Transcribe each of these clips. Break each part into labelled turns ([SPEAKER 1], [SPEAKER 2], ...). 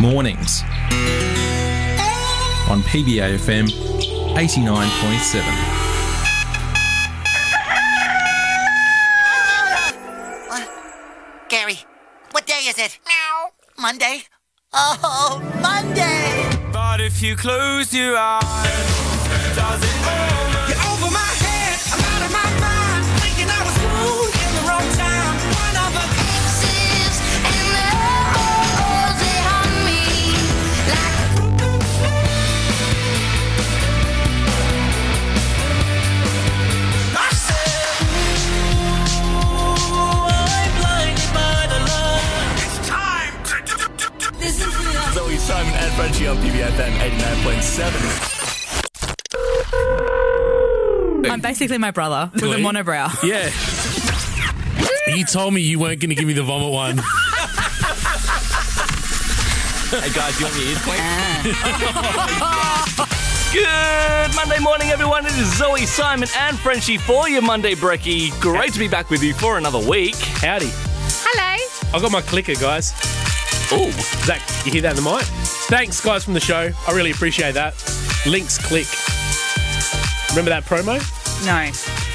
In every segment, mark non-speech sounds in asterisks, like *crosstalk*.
[SPEAKER 1] Mornings on PBAFM 89.7.
[SPEAKER 2] Uh, Gary, what day is it? Now. Monday? Oh, Monday!
[SPEAKER 3] But if you close your eyes, does it matter?
[SPEAKER 4] You're over my head, I'm out of my mind. Thinking I was fooled in the wrong time. One of a I said, ooh, I'm blinded by the light. It's time to do, do, do, do.
[SPEAKER 5] Zoe Simon and Frenchie on PBFM 89.7.
[SPEAKER 6] I'm basically my brother with a
[SPEAKER 7] Really?
[SPEAKER 6] monobrow.
[SPEAKER 7] Yeah. You told me you weren't going to give me the vomit one.
[SPEAKER 5] Hey guys, do you want your ears clean? Good Monday morning, everyone. It is Zoe Simon and Frenchie for your Monday brekkie. Great to be back with you for another week.
[SPEAKER 8] Howdy. Hello. I've got my clicker, guys.
[SPEAKER 5] Ooh,
[SPEAKER 8] Zach, you hear that in the mic? Thanks, guys, from the show. I really appreciate that. Links click. Remember that promo?
[SPEAKER 6] No.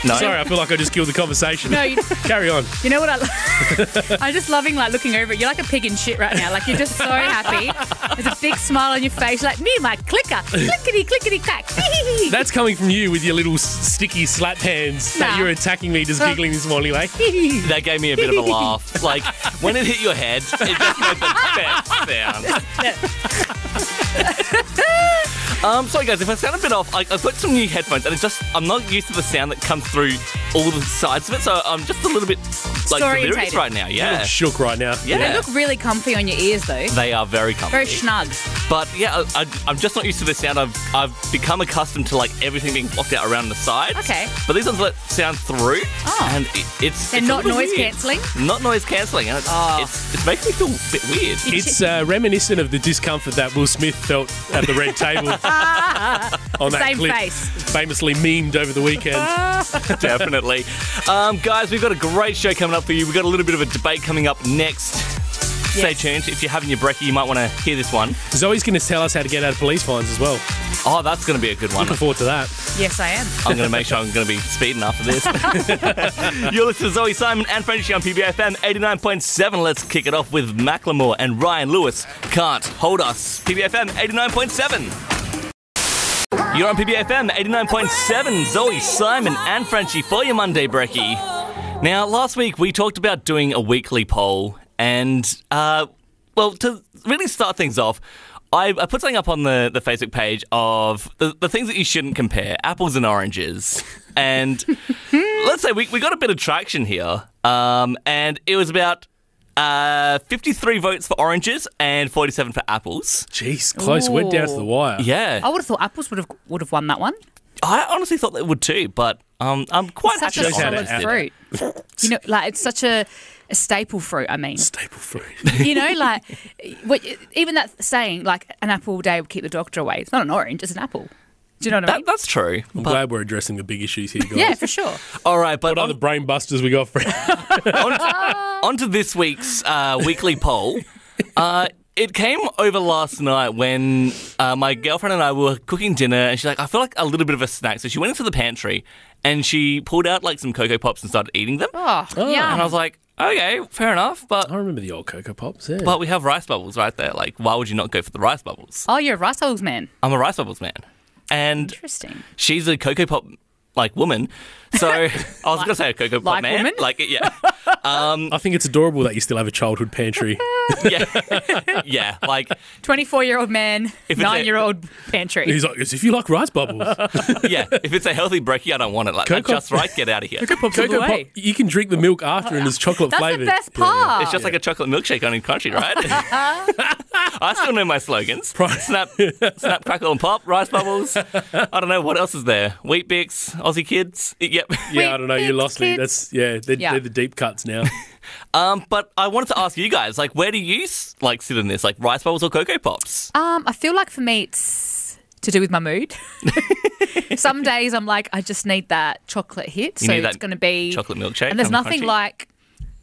[SPEAKER 5] no.
[SPEAKER 8] Sorry, I feel like I just killed the conversation.
[SPEAKER 7] No, you-
[SPEAKER 8] Carry on.
[SPEAKER 7] You know what I love? I'm just loving like looking over it. You're like a pig in shit right now. Like you're just so happy. There's a big smile on your face. You're like me, and my clicker. Clickety, clickety, *laughs* clack.
[SPEAKER 8] That's coming from you with your little s- sticky slap hands that
[SPEAKER 7] Nah.
[SPEAKER 8] you were attacking me, just giggling this morning, like.
[SPEAKER 5] That gave me a bit
[SPEAKER 7] *laughs*
[SPEAKER 5] of a laugh. Like, when it hit your head, it just made the best sound. um, sorry, guys, if I sound a bit off, I, I put some new headphones and it just, I'm not used to the sound that comes through all the sides of it, so I'm just a little bit, like, delirious
[SPEAKER 7] Disorientated.
[SPEAKER 5] right now. Yeah.
[SPEAKER 8] Shook right now.
[SPEAKER 7] They
[SPEAKER 5] Yeah.
[SPEAKER 7] look really comfy on your ears though.
[SPEAKER 5] They are very comfy.
[SPEAKER 7] Very schnug.
[SPEAKER 5] But yeah, I, I, I'm just not used to the sound. I've I've become accustomed to like everything being blocked out around the sides.
[SPEAKER 7] Okay.
[SPEAKER 5] But these ones let sound through,
[SPEAKER 7] Oh.
[SPEAKER 5] and it, it's it's
[SPEAKER 7] They're
[SPEAKER 5] a
[SPEAKER 7] not
[SPEAKER 5] little
[SPEAKER 7] noise
[SPEAKER 5] weird.
[SPEAKER 7] cancelling?
[SPEAKER 5] Not noise cancelling, and it's,
[SPEAKER 7] Oh.
[SPEAKER 5] it's it's making me feel a bit weird.
[SPEAKER 7] *laughs*
[SPEAKER 8] It's uh, reminiscent of the discomfort that Will Smith felt at the red
[SPEAKER 7] *laughs*
[SPEAKER 8] table on that
[SPEAKER 7] Same
[SPEAKER 8] clip,
[SPEAKER 7] face.
[SPEAKER 8] famously memed over the weekend.
[SPEAKER 5] Definitely. Um, guys, we've got a great show coming up for you. We've got a little bit of a debate coming up next. Stay
[SPEAKER 7] Yes.
[SPEAKER 5] tuned. If you're having your brekkie, you might want to hear this one.
[SPEAKER 8] Zoe's going to tell us how to get out of police fines as well.
[SPEAKER 5] Oh, that's going to be a good one.
[SPEAKER 8] Looking forward to that.
[SPEAKER 7] Yes, I am.
[SPEAKER 5] I'm going to make sure I'm going to be speeding after this. *laughs* You're listening to Zoe Simon and Frenchie on PBFM 89.7. Let's kick it off with Macklemore and Ryan Lewis. Can't hold us. PBFM 89.7. You're on PBFM 89.7. Zoe Simon and Frenchie for your Monday brekkie. Now, last week we talked about doing a weekly poll, and uh, well, to really start things off, I, I put something up on the, the Facebook page of the, the things that you shouldn't compare apples and oranges. And *laughs* let's say we, we got a bit of traction here, um, and it was about uh, 53 votes for oranges and 47 for apples.
[SPEAKER 8] Jeez, close. We're down to the wire.
[SPEAKER 5] Yeah.
[SPEAKER 7] I would have thought apples would have would have won that one.
[SPEAKER 5] I honestly thought they would too, but um, I'm quite
[SPEAKER 7] Such
[SPEAKER 5] happy
[SPEAKER 7] a
[SPEAKER 5] that
[SPEAKER 8] Shows how to
[SPEAKER 7] solid
[SPEAKER 5] oranges did it.
[SPEAKER 7] fruit. you know, like it's such a, a staple fruit. I mean,
[SPEAKER 8] Staple
[SPEAKER 5] *laughs*
[SPEAKER 8] fruit.
[SPEAKER 7] you know, like *laughs* what, even that saying, like an apple a day will keep the doctor away. It's not an orange; it's an apple. Do you know what I
[SPEAKER 5] That,
[SPEAKER 7] mean?
[SPEAKER 5] that's true.
[SPEAKER 8] I'm
[SPEAKER 5] But-
[SPEAKER 8] glad we're addressing the big issues here, guys.
[SPEAKER 7] yeah, for sure.
[SPEAKER 5] all right, but
[SPEAKER 8] What
[SPEAKER 5] on-
[SPEAKER 8] other brain busters we *laughs* got, Fred?
[SPEAKER 5] on, on to this week's uh, weekly poll. Uh, it came over last night when uh, my girlfriend and I were cooking dinner, and she's like, I feel like a little bit of a snack. So she went into the pantry and she pulled out like some Cocoa Pops and started eating them.
[SPEAKER 7] Oh,
[SPEAKER 5] And I
[SPEAKER 7] yeah.
[SPEAKER 5] was like, okay, fair enough, but.
[SPEAKER 8] I remember the old Cocoa Pops. Yeah.
[SPEAKER 5] But we have rice bubbles right there. Like, why would you not go for the rice bubbles?
[SPEAKER 7] Oh, you're a rice holes man.
[SPEAKER 5] I'm a rice bubbles man. And
[SPEAKER 7] Interesting.
[SPEAKER 5] she's a Cocoa Pop like woman.
[SPEAKER 7] *laughs*
[SPEAKER 5] So I was going to say a Cocoa Pop
[SPEAKER 7] like
[SPEAKER 5] man.
[SPEAKER 7] woman?
[SPEAKER 5] Like, yeah.
[SPEAKER 8] I think it's adorable that you still have a childhood
[SPEAKER 7] *laughs*
[SPEAKER 8] pantry.
[SPEAKER 5] Yeah. yeah. Like,
[SPEAKER 7] Twenty-four-year-old man,
[SPEAKER 5] If it's a-
[SPEAKER 7] nine-year-old pantry.
[SPEAKER 8] He's like, "It's if you like rice bubbles,
[SPEAKER 5] yeah, if it's a healthy brekkie, I don't want it. Like, that's
[SPEAKER 8] Cocoa-
[SPEAKER 5] just right. Get out of here.
[SPEAKER 8] Cocoa Pop,
[SPEAKER 7] way.
[SPEAKER 8] you can drink the milk after and it's chocolate
[SPEAKER 7] That's
[SPEAKER 8] flavored.
[SPEAKER 7] the best part.
[SPEAKER 5] It's just like a chocolate milkshake on in country,
[SPEAKER 7] *laughs*
[SPEAKER 5] right? *laughs* I still know my slogans.
[SPEAKER 8] Pro-
[SPEAKER 5] snap, snap, crackle and pop, rice bubbles. I don't know what else is there. Wheat bix, Aussie kids. Yep.
[SPEAKER 8] Yeah, I don't know. You
[SPEAKER 7] Thanks,
[SPEAKER 8] lost me.
[SPEAKER 7] kids.
[SPEAKER 8] That's yeah. They're,
[SPEAKER 7] Yeah.
[SPEAKER 8] they're the deep cuts
[SPEAKER 7] *laughs*
[SPEAKER 8] now.
[SPEAKER 5] Um, *laughs* but I wanted to ask you guys, like, where do you s- like sit in this? Like rice bubbles or cocoa pops?
[SPEAKER 7] Um, I feel like for me, it's to do with
[SPEAKER 5] *laughs*
[SPEAKER 7] my mood. Some days I'm like, I just need that chocolate hit,
[SPEAKER 5] You
[SPEAKER 7] so
[SPEAKER 5] need
[SPEAKER 7] it's
[SPEAKER 5] that
[SPEAKER 7] going to be
[SPEAKER 5] chocolate milkshake
[SPEAKER 7] And there's
[SPEAKER 5] and
[SPEAKER 7] nothing
[SPEAKER 5] crunchy.
[SPEAKER 7] like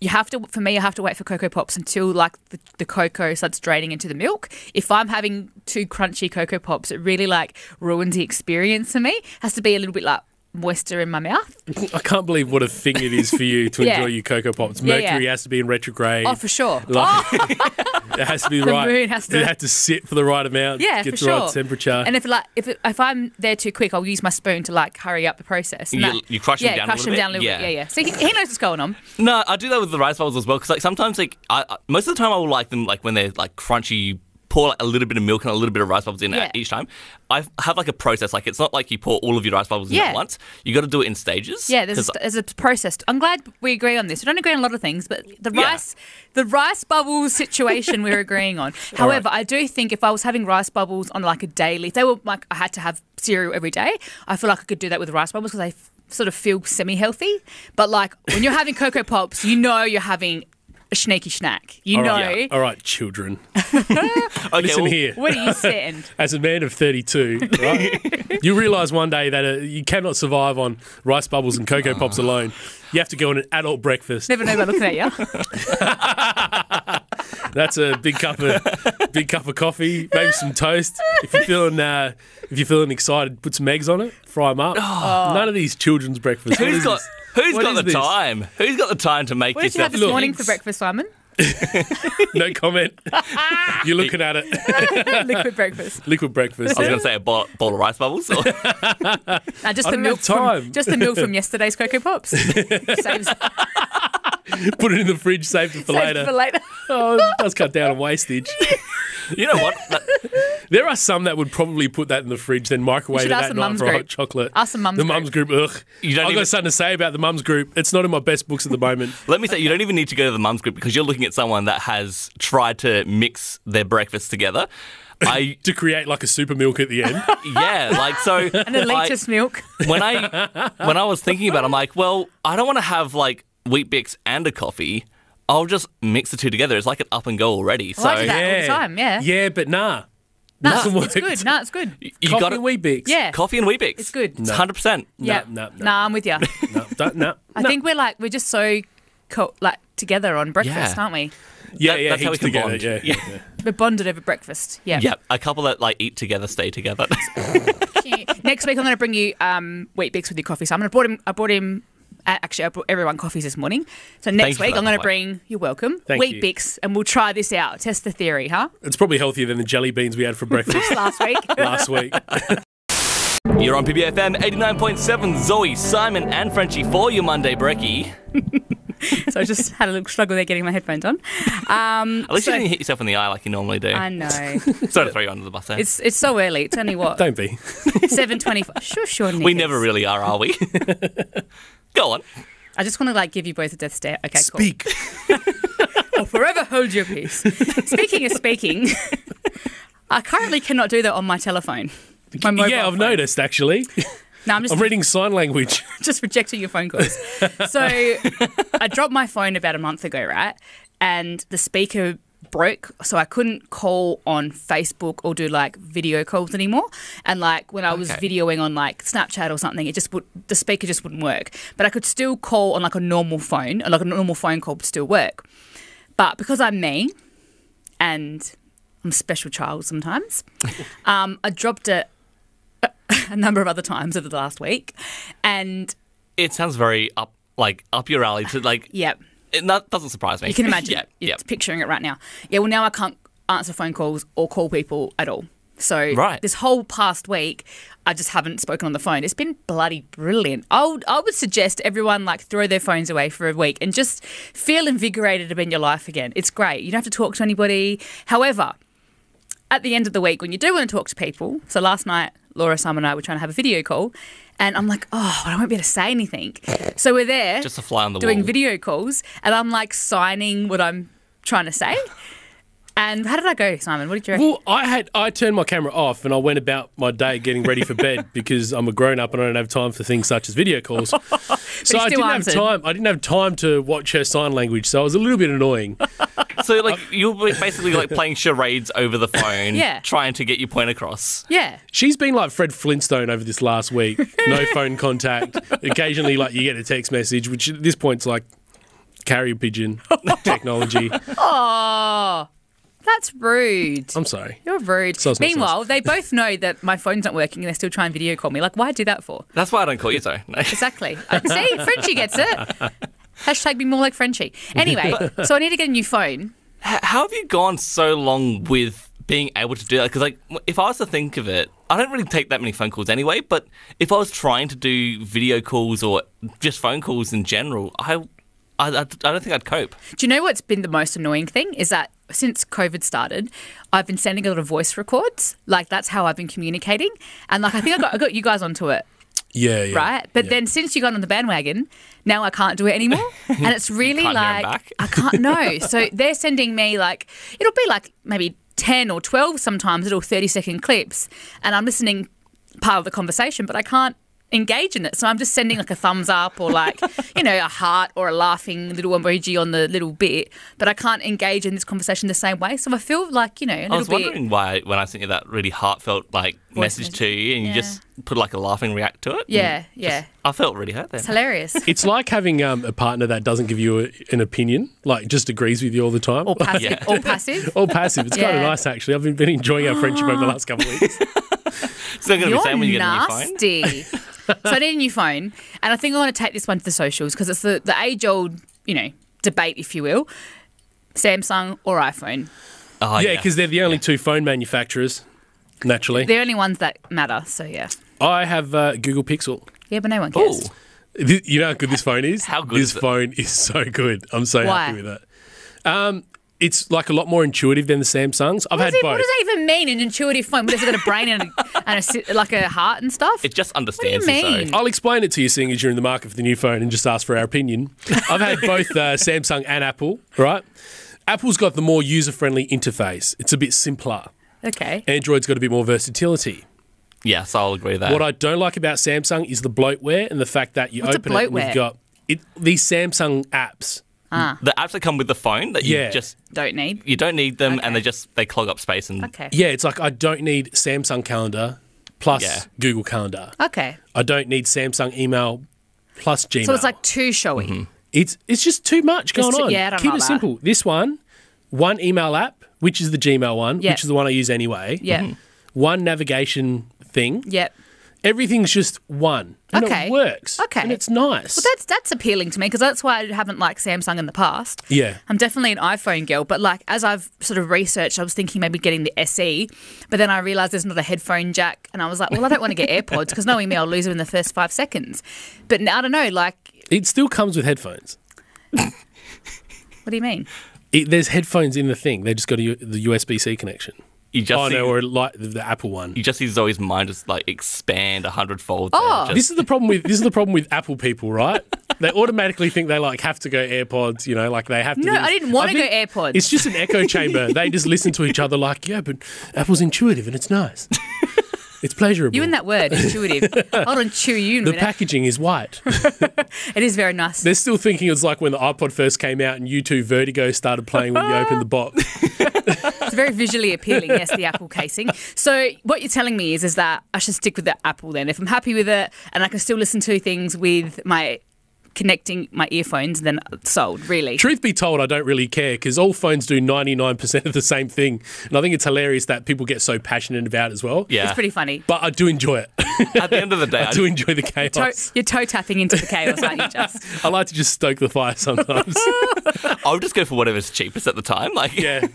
[SPEAKER 7] you have to for me, I have to wait for cocoa pops until like the, the cocoa starts draining into the milk. If I'm having too crunchy cocoa pops, it really like ruins the experience for me. has to be a little bit like moister in my mouth.
[SPEAKER 8] I can't believe what a thing it is for you to
[SPEAKER 7] *laughs* Yeah.
[SPEAKER 8] enjoy your Cocoa Pops.
[SPEAKER 7] Yeah,
[SPEAKER 8] Mercury
[SPEAKER 7] yeah.
[SPEAKER 8] has to be in retrograde.
[SPEAKER 7] Oh, for sure. *laughs*
[SPEAKER 8] Like, *laughs* it has to be right.
[SPEAKER 7] moon has to-
[SPEAKER 8] It had to sit for the right amount. get
[SPEAKER 7] Yeah, for
[SPEAKER 8] the
[SPEAKER 7] sure.
[SPEAKER 8] right temperature.
[SPEAKER 7] And if like if if I'm there too quick, I'll use my spoon to like hurry up the process. And
[SPEAKER 5] You-
[SPEAKER 7] that-
[SPEAKER 5] you crush 'em
[SPEAKER 7] yeah,
[SPEAKER 5] down a
[SPEAKER 7] crush
[SPEAKER 5] little
[SPEAKER 7] them
[SPEAKER 5] bit?
[SPEAKER 7] down a little
[SPEAKER 5] Yeah.
[SPEAKER 7] bit. Yeah, yeah. So he, he knows what's going on.
[SPEAKER 5] No, I do that with the rice bowls as well. Because like sometimes, like I, I- most of the time, I will like them like when they're like crunchy. You pour like a little bit of milk and a little bit of rice bubbles in
[SPEAKER 7] Yeah.
[SPEAKER 5] at each time. I have like a process. Like it's not like you pour all of your rice bubbles in
[SPEAKER 7] Yeah.
[SPEAKER 5] at once. You got to do it in stages.
[SPEAKER 7] Yeah, there's a,
[SPEAKER 5] 'Cause
[SPEAKER 7] st- there's a process. I'm glad we agree on this. We don't agree on a lot of things, but the
[SPEAKER 5] Yeah.
[SPEAKER 7] rice the rice bubbles situation we're
[SPEAKER 5] *laughs*
[SPEAKER 7] agreeing on. However, I do think if I was having rice bubbles on like a daily, if they were like I had to have cereal every day, I feel like I could do that with rice bubbles because they f- sort of feel semi healthy. But like when you're having cocoa pops, you know you're having a sneaky snack. You
[SPEAKER 8] All
[SPEAKER 7] know.
[SPEAKER 8] right, all right, children.
[SPEAKER 7] *laughs*
[SPEAKER 5] okay,
[SPEAKER 8] Listen
[SPEAKER 5] well,
[SPEAKER 8] here.
[SPEAKER 7] Where do you stand?
[SPEAKER 8] As a man of 32, right, you realise one day that uh, you cannot survive on rice bubbles and
[SPEAKER 7] Ah.
[SPEAKER 8] Cocoa Pops alone. You have to go on an adult breakfast.
[SPEAKER 7] *laughs* Never know by looking at you.
[SPEAKER 8] That's a big cup of big cup of coffee, maybe some toast. If you're feeling uh, if you're feeling excited, put some eggs on it, fry them up. None of these children's breakfasts. What
[SPEAKER 5] Who's
[SPEAKER 8] is
[SPEAKER 5] got
[SPEAKER 8] this?
[SPEAKER 5] who's
[SPEAKER 8] What
[SPEAKER 5] got
[SPEAKER 8] is
[SPEAKER 5] the
[SPEAKER 8] this?
[SPEAKER 5] time? Who's got the time to make
[SPEAKER 7] *laughs* What did you
[SPEAKER 5] yourself
[SPEAKER 7] have this
[SPEAKER 8] Look.
[SPEAKER 7] morning for breakfast, Simon?
[SPEAKER 8] No comment. You're looking at it.
[SPEAKER 7] Liquid breakfast.
[SPEAKER 8] Liquid breakfast.
[SPEAKER 5] I was going to say a bowl, bowl of rice
[SPEAKER 8] *laughs*
[SPEAKER 5] bubbles. Or,
[SPEAKER 7] Nah, just the
[SPEAKER 8] don't have
[SPEAKER 7] milk from-
[SPEAKER 8] time.
[SPEAKER 7] just the milk from yesterday's cocoa pops. Saves
[SPEAKER 8] Put it in the fridge, saved it for
[SPEAKER 7] Save
[SPEAKER 8] later.
[SPEAKER 7] for later.
[SPEAKER 8] Oh, it does cut down on wastage.
[SPEAKER 5] you know
[SPEAKER 8] *laughs*
[SPEAKER 5] what? That-
[SPEAKER 8] There are some that would probably put that in the fridge, then microwave it
[SPEAKER 7] should ask
[SPEAKER 8] that
[SPEAKER 7] the
[SPEAKER 8] night
[SPEAKER 7] mums
[SPEAKER 8] for a hot
[SPEAKER 7] group.
[SPEAKER 8] chocolate.
[SPEAKER 7] Ask the mums
[SPEAKER 8] The
[SPEAKER 7] group.
[SPEAKER 8] mums group. Ugh.
[SPEAKER 5] You don't
[SPEAKER 8] I've
[SPEAKER 5] even-
[SPEAKER 8] got something to say about the mums group. It's not in my best books at the moment.
[SPEAKER 5] Let me say, you don't even need to go to the mum's group because you're looking at someone that has tried to mix their breakfast together. I
[SPEAKER 8] To create like a super milk at the end.
[SPEAKER 5] yeah, like so.
[SPEAKER 7] And the
[SPEAKER 5] I-
[SPEAKER 7] latest milk.
[SPEAKER 5] when
[SPEAKER 8] *laughs*
[SPEAKER 5] I when I was thinking about, it, I'm like, well, I don't want to have like wheat bix and a coffee. I'll just mix the two together. It's like an up and go already. So
[SPEAKER 7] I do that. all the time, yeah.
[SPEAKER 8] Yeah, but nah.
[SPEAKER 7] No,
[SPEAKER 8] Doesn't work.
[SPEAKER 7] it's good. No, it's good.
[SPEAKER 5] you
[SPEAKER 8] Coffee
[SPEAKER 5] got
[SPEAKER 8] and wheat bix.
[SPEAKER 7] Yeah.
[SPEAKER 5] coffee and wheat bix.
[SPEAKER 7] It's good.
[SPEAKER 5] It's hundred percent.
[SPEAKER 7] yeah.
[SPEAKER 8] no, no.
[SPEAKER 7] Nah, I'm with you.
[SPEAKER 8] No, don't, no.
[SPEAKER 7] *laughs* I
[SPEAKER 8] no.
[SPEAKER 7] think we're like we're just so co- like together on breakfast,
[SPEAKER 5] Yeah.
[SPEAKER 7] aren't we?
[SPEAKER 8] yeah,
[SPEAKER 5] That-
[SPEAKER 8] yeah,
[SPEAKER 5] that's how we
[SPEAKER 8] heaps
[SPEAKER 5] can
[SPEAKER 8] together,
[SPEAKER 5] bond.
[SPEAKER 8] Yeah, yeah.
[SPEAKER 7] We're bonded over breakfast. Yeah.
[SPEAKER 5] Yep, a couple that like eat together stay together. *laughs*
[SPEAKER 7] Next week I'm going to bring you um, wheat bix with your coffee. So I'm going to brought him. I brought him. uh, Actually, I brought everyone coffees this morning. So
[SPEAKER 5] you
[SPEAKER 7] next
[SPEAKER 5] for
[SPEAKER 7] week
[SPEAKER 5] that,
[SPEAKER 7] I'm going
[SPEAKER 5] Mike.
[SPEAKER 7] to bring. You're welcome.
[SPEAKER 8] Thank
[SPEAKER 7] wheat
[SPEAKER 8] you.
[SPEAKER 7] bix, and we'll try this out. Test the
[SPEAKER 8] *laughs*
[SPEAKER 7] theory, huh?
[SPEAKER 8] It's probably healthier than the jelly beans we had
[SPEAKER 5] *laughs*
[SPEAKER 8] for breakfast
[SPEAKER 7] Last week.
[SPEAKER 8] last week.
[SPEAKER 5] You're on PBFM 89.7. Zoe, Simon, and Frenchie for your Monday brekkie.
[SPEAKER 7] so I just had a little struggle there getting my
[SPEAKER 8] *laughs*
[SPEAKER 7] headphones on. Um,
[SPEAKER 5] At least
[SPEAKER 7] so-
[SPEAKER 5] you didn't hit yourself in the eye like you normally do.
[SPEAKER 7] I know.
[SPEAKER 5] Sorry to throw you under the bus there.
[SPEAKER 7] It's it's so early. It's only what
[SPEAKER 8] Don't
[SPEAKER 7] *laughs*
[SPEAKER 8] be.
[SPEAKER 7] seven twenty five. Sure, sure.
[SPEAKER 5] we never really are, are
[SPEAKER 7] *laughs*
[SPEAKER 5] we? *laughs* Go on.
[SPEAKER 7] I just want to like give you both a death stare. Okay, *laughs*
[SPEAKER 8] Speak.
[SPEAKER 7] cool. I'll forever hold
[SPEAKER 8] *laughs*
[SPEAKER 7] your peace. Speaking of speaking, *laughs* I currently cannot do that on my telephone. My mobile
[SPEAKER 8] yeah, I've
[SPEAKER 7] phone.
[SPEAKER 8] noticed actually.
[SPEAKER 7] No, I'm just
[SPEAKER 8] I'm reading sign language.
[SPEAKER 7] *laughs* just rejecting your phone calls. so I dropped my phone about a month ago, right? And the speaker broke, so I couldn't call on Facebook or do like video calls anymore. And like when I was
[SPEAKER 5] Okay.
[SPEAKER 7] videoing on like Snapchat or something, it just would the speaker just wouldn't work. But I could still call on like a normal phone, and like a normal phone call would still work. But because I'm me and I'm a special child sometimes, um, I dropped it a *laughs* number of other times over the last week. And
[SPEAKER 5] It sounds very up, like up your alley to like.
[SPEAKER 7] yeah,
[SPEAKER 5] It that doesn't surprise me. *laughs*
[SPEAKER 7] You can imagine.
[SPEAKER 5] yeah,
[SPEAKER 7] You're
[SPEAKER 5] yeah.
[SPEAKER 7] picturing it right now. Yeah, well, now I can't answer phone calls or call people at all. So
[SPEAKER 5] Right.
[SPEAKER 7] this whole past week, I just haven't spoken on the phone. It's been bloody brilliant. I would, I would suggest everyone like throw their phones away for a week and just feel invigorated about your life again. It's great. You don't have to talk to anybody. However, at the end of the week when you do want to talk to people. So last night, Laura, Sam, and I were trying to have a video call, and I'm like, oh, I won't be able to say anything. So we're there,
[SPEAKER 5] Just a fly on the
[SPEAKER 7] doing
[SPEAKER 5] wall.
[SPEAKER 7] video calls, and I'm like signing what I'm trying to say. And how did I go, Simon? What did you reckon?
[SPEAKER 8] Well, I had I turned my camera off and I went about my day getting ready for bed
[SPEAKER 7] *laughs*
[SPEAKER 8] because I'm a grown up and I don't have time for things such as video calls. so I
[SPEAKER 7] still
[SPEAKER 8] didn't
[SPEAKER 7] answered.
[SPEAKER 8] have time. I didn't have time to watch her sign language, so I was a little bit annoying.
[SPEAKER 5] So like you're basically like playing charades over
[SPEAKER 7] *laughs*
[SPEAKER 5] the phone,
[SPEAKER 7] Yeah.
[SPEAKER 5] trying to get your point across.
[SPEAKER 7] yeah.
[SPEAKER 8] She's been like Fred Flintstone over this last
[SPEAKER 7] *laughs*
[SPEAKER 8] week. No phone contact. Occasionally, like you get a text message, which at this point's like carrier
[SPEAKER 7] *laughs*
[SPEAKER 8] pigeon technology.
[SPEAKER 7] That's rude.
[SPEAKER 8] I'm sorry.
[SPEAKER 7] You're rude.
[SPEAKER 8] um, So it's not
[SPEAKER 7] Meanwhile, they both know that my phone's not working and they still try and video call me. Like, why do that for?
[SPEAKER 5] That's why I don't call you, sorry. No.
[SPEAKER 7] Exactly. I see, Frenchie gets it. Hashtag be more like Frenchie.
[SPEAKER 8] *laughs*
[SPEAKER 7] Anyway, so I need to get a new phone.
[SPEAKER 5] H- How have you gone so long with being able to do that? Because, like, w- if I was to think of it, I don't really take that many phone calls anyway, but if I was trying to do video calls or just phone calls in general, I, I, I I don't think I'd cope.
[SPEAKER 7] Do you know what's been the most annoying thing? Is that since COVID started, I've been sending a lot of voice records. Like, that's how I've been communicating. And, like, I think I got, I got you guys onto it.
[SPEAKER 8] Yeah, yeah.
[SPEAKER 7] right? But
[SPEAKER 8] yeah.
[SPEAKER 7] then since you got on the bandwagon, now I can't do it
[SPEAKER 5] *laughs*
[SPEAKER 7] anymore. And it's really
[SPEAKER 5] can't hear 'em
[SPEAKER 7] like
[SPEAKER 5] back.
[SPEAKER 7] I can't know.
[SPEAKER 5] *laughs*
[SPEAKER 7] so they're sending me like it'll be like maybe 10 or 12 sometimes little 30 second clips and I'm listening part of the conversation but I can't engage in it. So I'm just sending like a thumbs up or like, you know, a heart or a laughing little emoji on the little bit, but I can't engage in this conversation the same way. So I feel like, you know, a little
[SPEAKER 5] I was
[SPEAKER 7] bit
[SPEAKER 5] wondering why, when I sent you that really heartfelt, like, message,
[SPEAKER 7] message.
[SPEAKER 5] to you and
[SPEAKER 7] Yeah.
[SPEAKER 5] you just put, like, a laughing react to it.
[SPEAKER 7] Yeah, yeah.
[SPEAKER 5] I felt really hurt then.
[SPEAKER 7] It's hilarious.
[SPEAKER 8] It's like having um, a partner that doesn't give you a, an opinion, like just agrees with you all the time. *laughs*
[SPEAKER 7] Or passive
[SPEAKER 5] *laughs* Yeah.
[SPEAKER 7] or passive.
[SPEAKER 8] All passive. It's kind of
[SPEAKER 7] Yeah.
[SPEAKER 8] nice, actually. I've been, been enjoying our friendship over the last couple of
[SPEAKER 7] *laughs*
[SPEAKER 8] weeks.
[SPEAKER 5] It's not going to be the same when you get a new phone.
[SPEAKER 7] nasty. so I need a new phone, and I think I want to take this one to the socials because it's the, the age old, you know, debate, if you will. Samsung or iPhone.
[SPEAKER 5] Oh,
[SPEAKER 8] yeah, because they're the only two phone manufacturers, naturally.
[SPEAKER 7] They're only ones that matter. So yeah,
[SPEAKER 8] I have uh, Google Pixel.
[SPEAKER 7] yeah, but no one
[SPEAKER 5] Ooh.
[SPEAKER 7] cares.
[SPEAKER 8] Th- You know how good this phone is?
[SPEAKER 5] How good
[SPEAKER 8] This
[SPEAKER 5] is it?
[SPEAKER 8] phone is so good. I'm so
[SPEAKER 7] Why?
[SPEAKER 8] happy with it. Um, it's like a lot more intuitive than the Samsungs. I've
[SPEAKER 7] What
[SPEAKER 8] had
[SPEAKER 7] does, it,
[SPEAKER 8] both.
[SPEAKER 7] what does that even mean? An intuitive phone? What has it got a brain and, a, and a, si- like a heart and stuff?
[SPEAKER 5] It just
[SPEAKER 7] do you
[SPEAKER 5] understands
[SPEAKER 7] mean?
[SPEAKER 5] sorry.
[SPEAKER 8] I'll explain it to you, seeing as you're in the market for the new phone, and just ask for our
[SPEAKER 7] *laughs*
[SPEAKER 8] opinion. I've had both uh, Samsung and Apple, right? Apple's got the more user friendly interface, it's a bit simpler.
[SPEAKER 7] okay.
[SPEAKER 8] Android's got a bit more versatility.
[SPEAKER 5] Yes, I'll agree with that.
[SPEAKER 8] What I don't like about Samsung is the bloatware and the fact that you
[SPEAKER 7] What's a
[SPEAKER 8] open it and
[SPEAKER 7] bloatware?
[SPEAKER 8] we've got it, these Samsung apps.
[SPEAKER 5] the apps that come with the phone that you
[SPEAKER 8] Yeah.
[SPEAKER 5] just
[SPEAKER 7] Don't need.
[SPEAKER 5] you don't need them
[SPEAKER 7] Okay.
[SPEAKER 5] and they just they clog up space and
[SPEAKER 7] Okay.
[SPEAKER 8] Yeah, it's like I don't need Samsung Calendar plus
[SPEAKER 5] Yeah.
[SPEAKER 8] Google Calendar.
[SPEAKER 7] Okay.
[SPEAKER 8] I don't need Samsung email plus Gmail.
[SPEAKER 7] So it's like too showy.
[SPEAKER 5] Mm-hmm,
[SPEAKER 8] It's it's just too much going
[SPEAKER 7] too-
[SPEAKER 8] on.
[SPEAKER 7] yeah, I don't
[SPEAKER 8] Keep
[SPEAKER 7] like
[SPEAKER 8] it
[SPEAKER 7] that.
[SPEAKER 8] simple. This one, one email app, which is the Gmail one,
[SPEAKER 7] Yeah.
[SPEAKER 8] which is the one I use anyway.
[SPEAKER 7] Yeah.
[SPEAKER 5] mm-hmm.
[SPEAKER 8] One navigation thing.
[SPEAKER 7] Yep. Everything's
[SPEAKER 8] Everything's just one. And
[SPEAKER 7] Okay.
[SPEAKER 8] it works.
[SPEAKER 7] Okay.
[SPEAKER 8] And it's nice.
[SPEAKER 7] Well, that's that's appealing to me because that's why I haven't liked Samsung in the past.
[SPEAKER 8] Yeah.
[SPEAKER 7] I'm definitely an iPhone girl, but like as I've sort of researched, I was thinking maybe getting the SE, but then I realized there's not a headphone jack, and I was like, well, I don't want to get AirPods because knowing me, I'll lose them in the first five seconds. But now I don't know, like,
[SPEAKER 8] it still comes with headphones.
[SPEAKER 7] what do you mean?
[SPEAKER 8] It, there's headphones in the thing. They just got a U- the USB C connection.
[SPEAKER 5] you just
[SPEAKER 8] oh
[SPEAKER 5] see,
[SPEAKER 8] no, or like the, the Apple one.
[SPEAKER 5] you just see Zoe's mind just like expand a hundredfold.
[SPEAKER 7] Oh.
[SPEAKER 5] there, just-
[SPEAKER 8] This is the problem with this is the problem with Apple people, right? They automatically think they like have to go AirPods, you know, like they have to.
[SPEAKER 7] No,
[SPEAKER 8] do this.
[SPEAKER 7] I didn't want to go
[SPEAKER 8] think
[SPEAKER 7] AirPods.
[SPEAKER 8] It's just an echo chamber. they just listen to each other like, yeah, but Apple's intuitive and it's nice. It's pleasurable.
[SPEAKER 7] you and that word, intuitive. Hold on, chew you in a
[SPEAKER 8] the
[SPEAKER 7] minute.
[SPEAKER 8] packaging is white.
[SPEAKER 7] it is very nice.
[SPEAKER 8] They're still thinking it's like when the iPod first came out and U2 Vertigo started playing when you opened the box.
[SPEAKER 7] *laughs* It's very visually appealing, yes, the Apple casing. So what you're telling me is is that I should stick with the Apple then. If I'm happy with it and I can still listen to things with my connecting my earphones, then sold, really.
[SPEAKER 8] Truth be told, I don't really care because all phones do 99% of the same thing. And I think it's hilarious that people get so passionate about it as well.
[SPEAKER 5] yeah.
[SPEAKER 7] It's pretty funny.
[SPEAKER 8] But I do enjoy it.
[SPEAKER 5] At the end of the day,
[SPEAKER 8] *laughs* I
[SPEAKER 5] I
[SPEAKER 8] do enjoy the chaos.
[SPEAKER 7] Toe, you're toe tapping into the chaos, aren't you, *laughs* just?
[SPEAKER 8] *laughs* I like to just stoke the fire
[SPEAKER 7] *laughs*
[SPEAKER 8] sometimes.
[SPEAKER 5] *laughs* I'll just go for whatever's cheapest at the time. Like
[SPEAKER 8] yeah,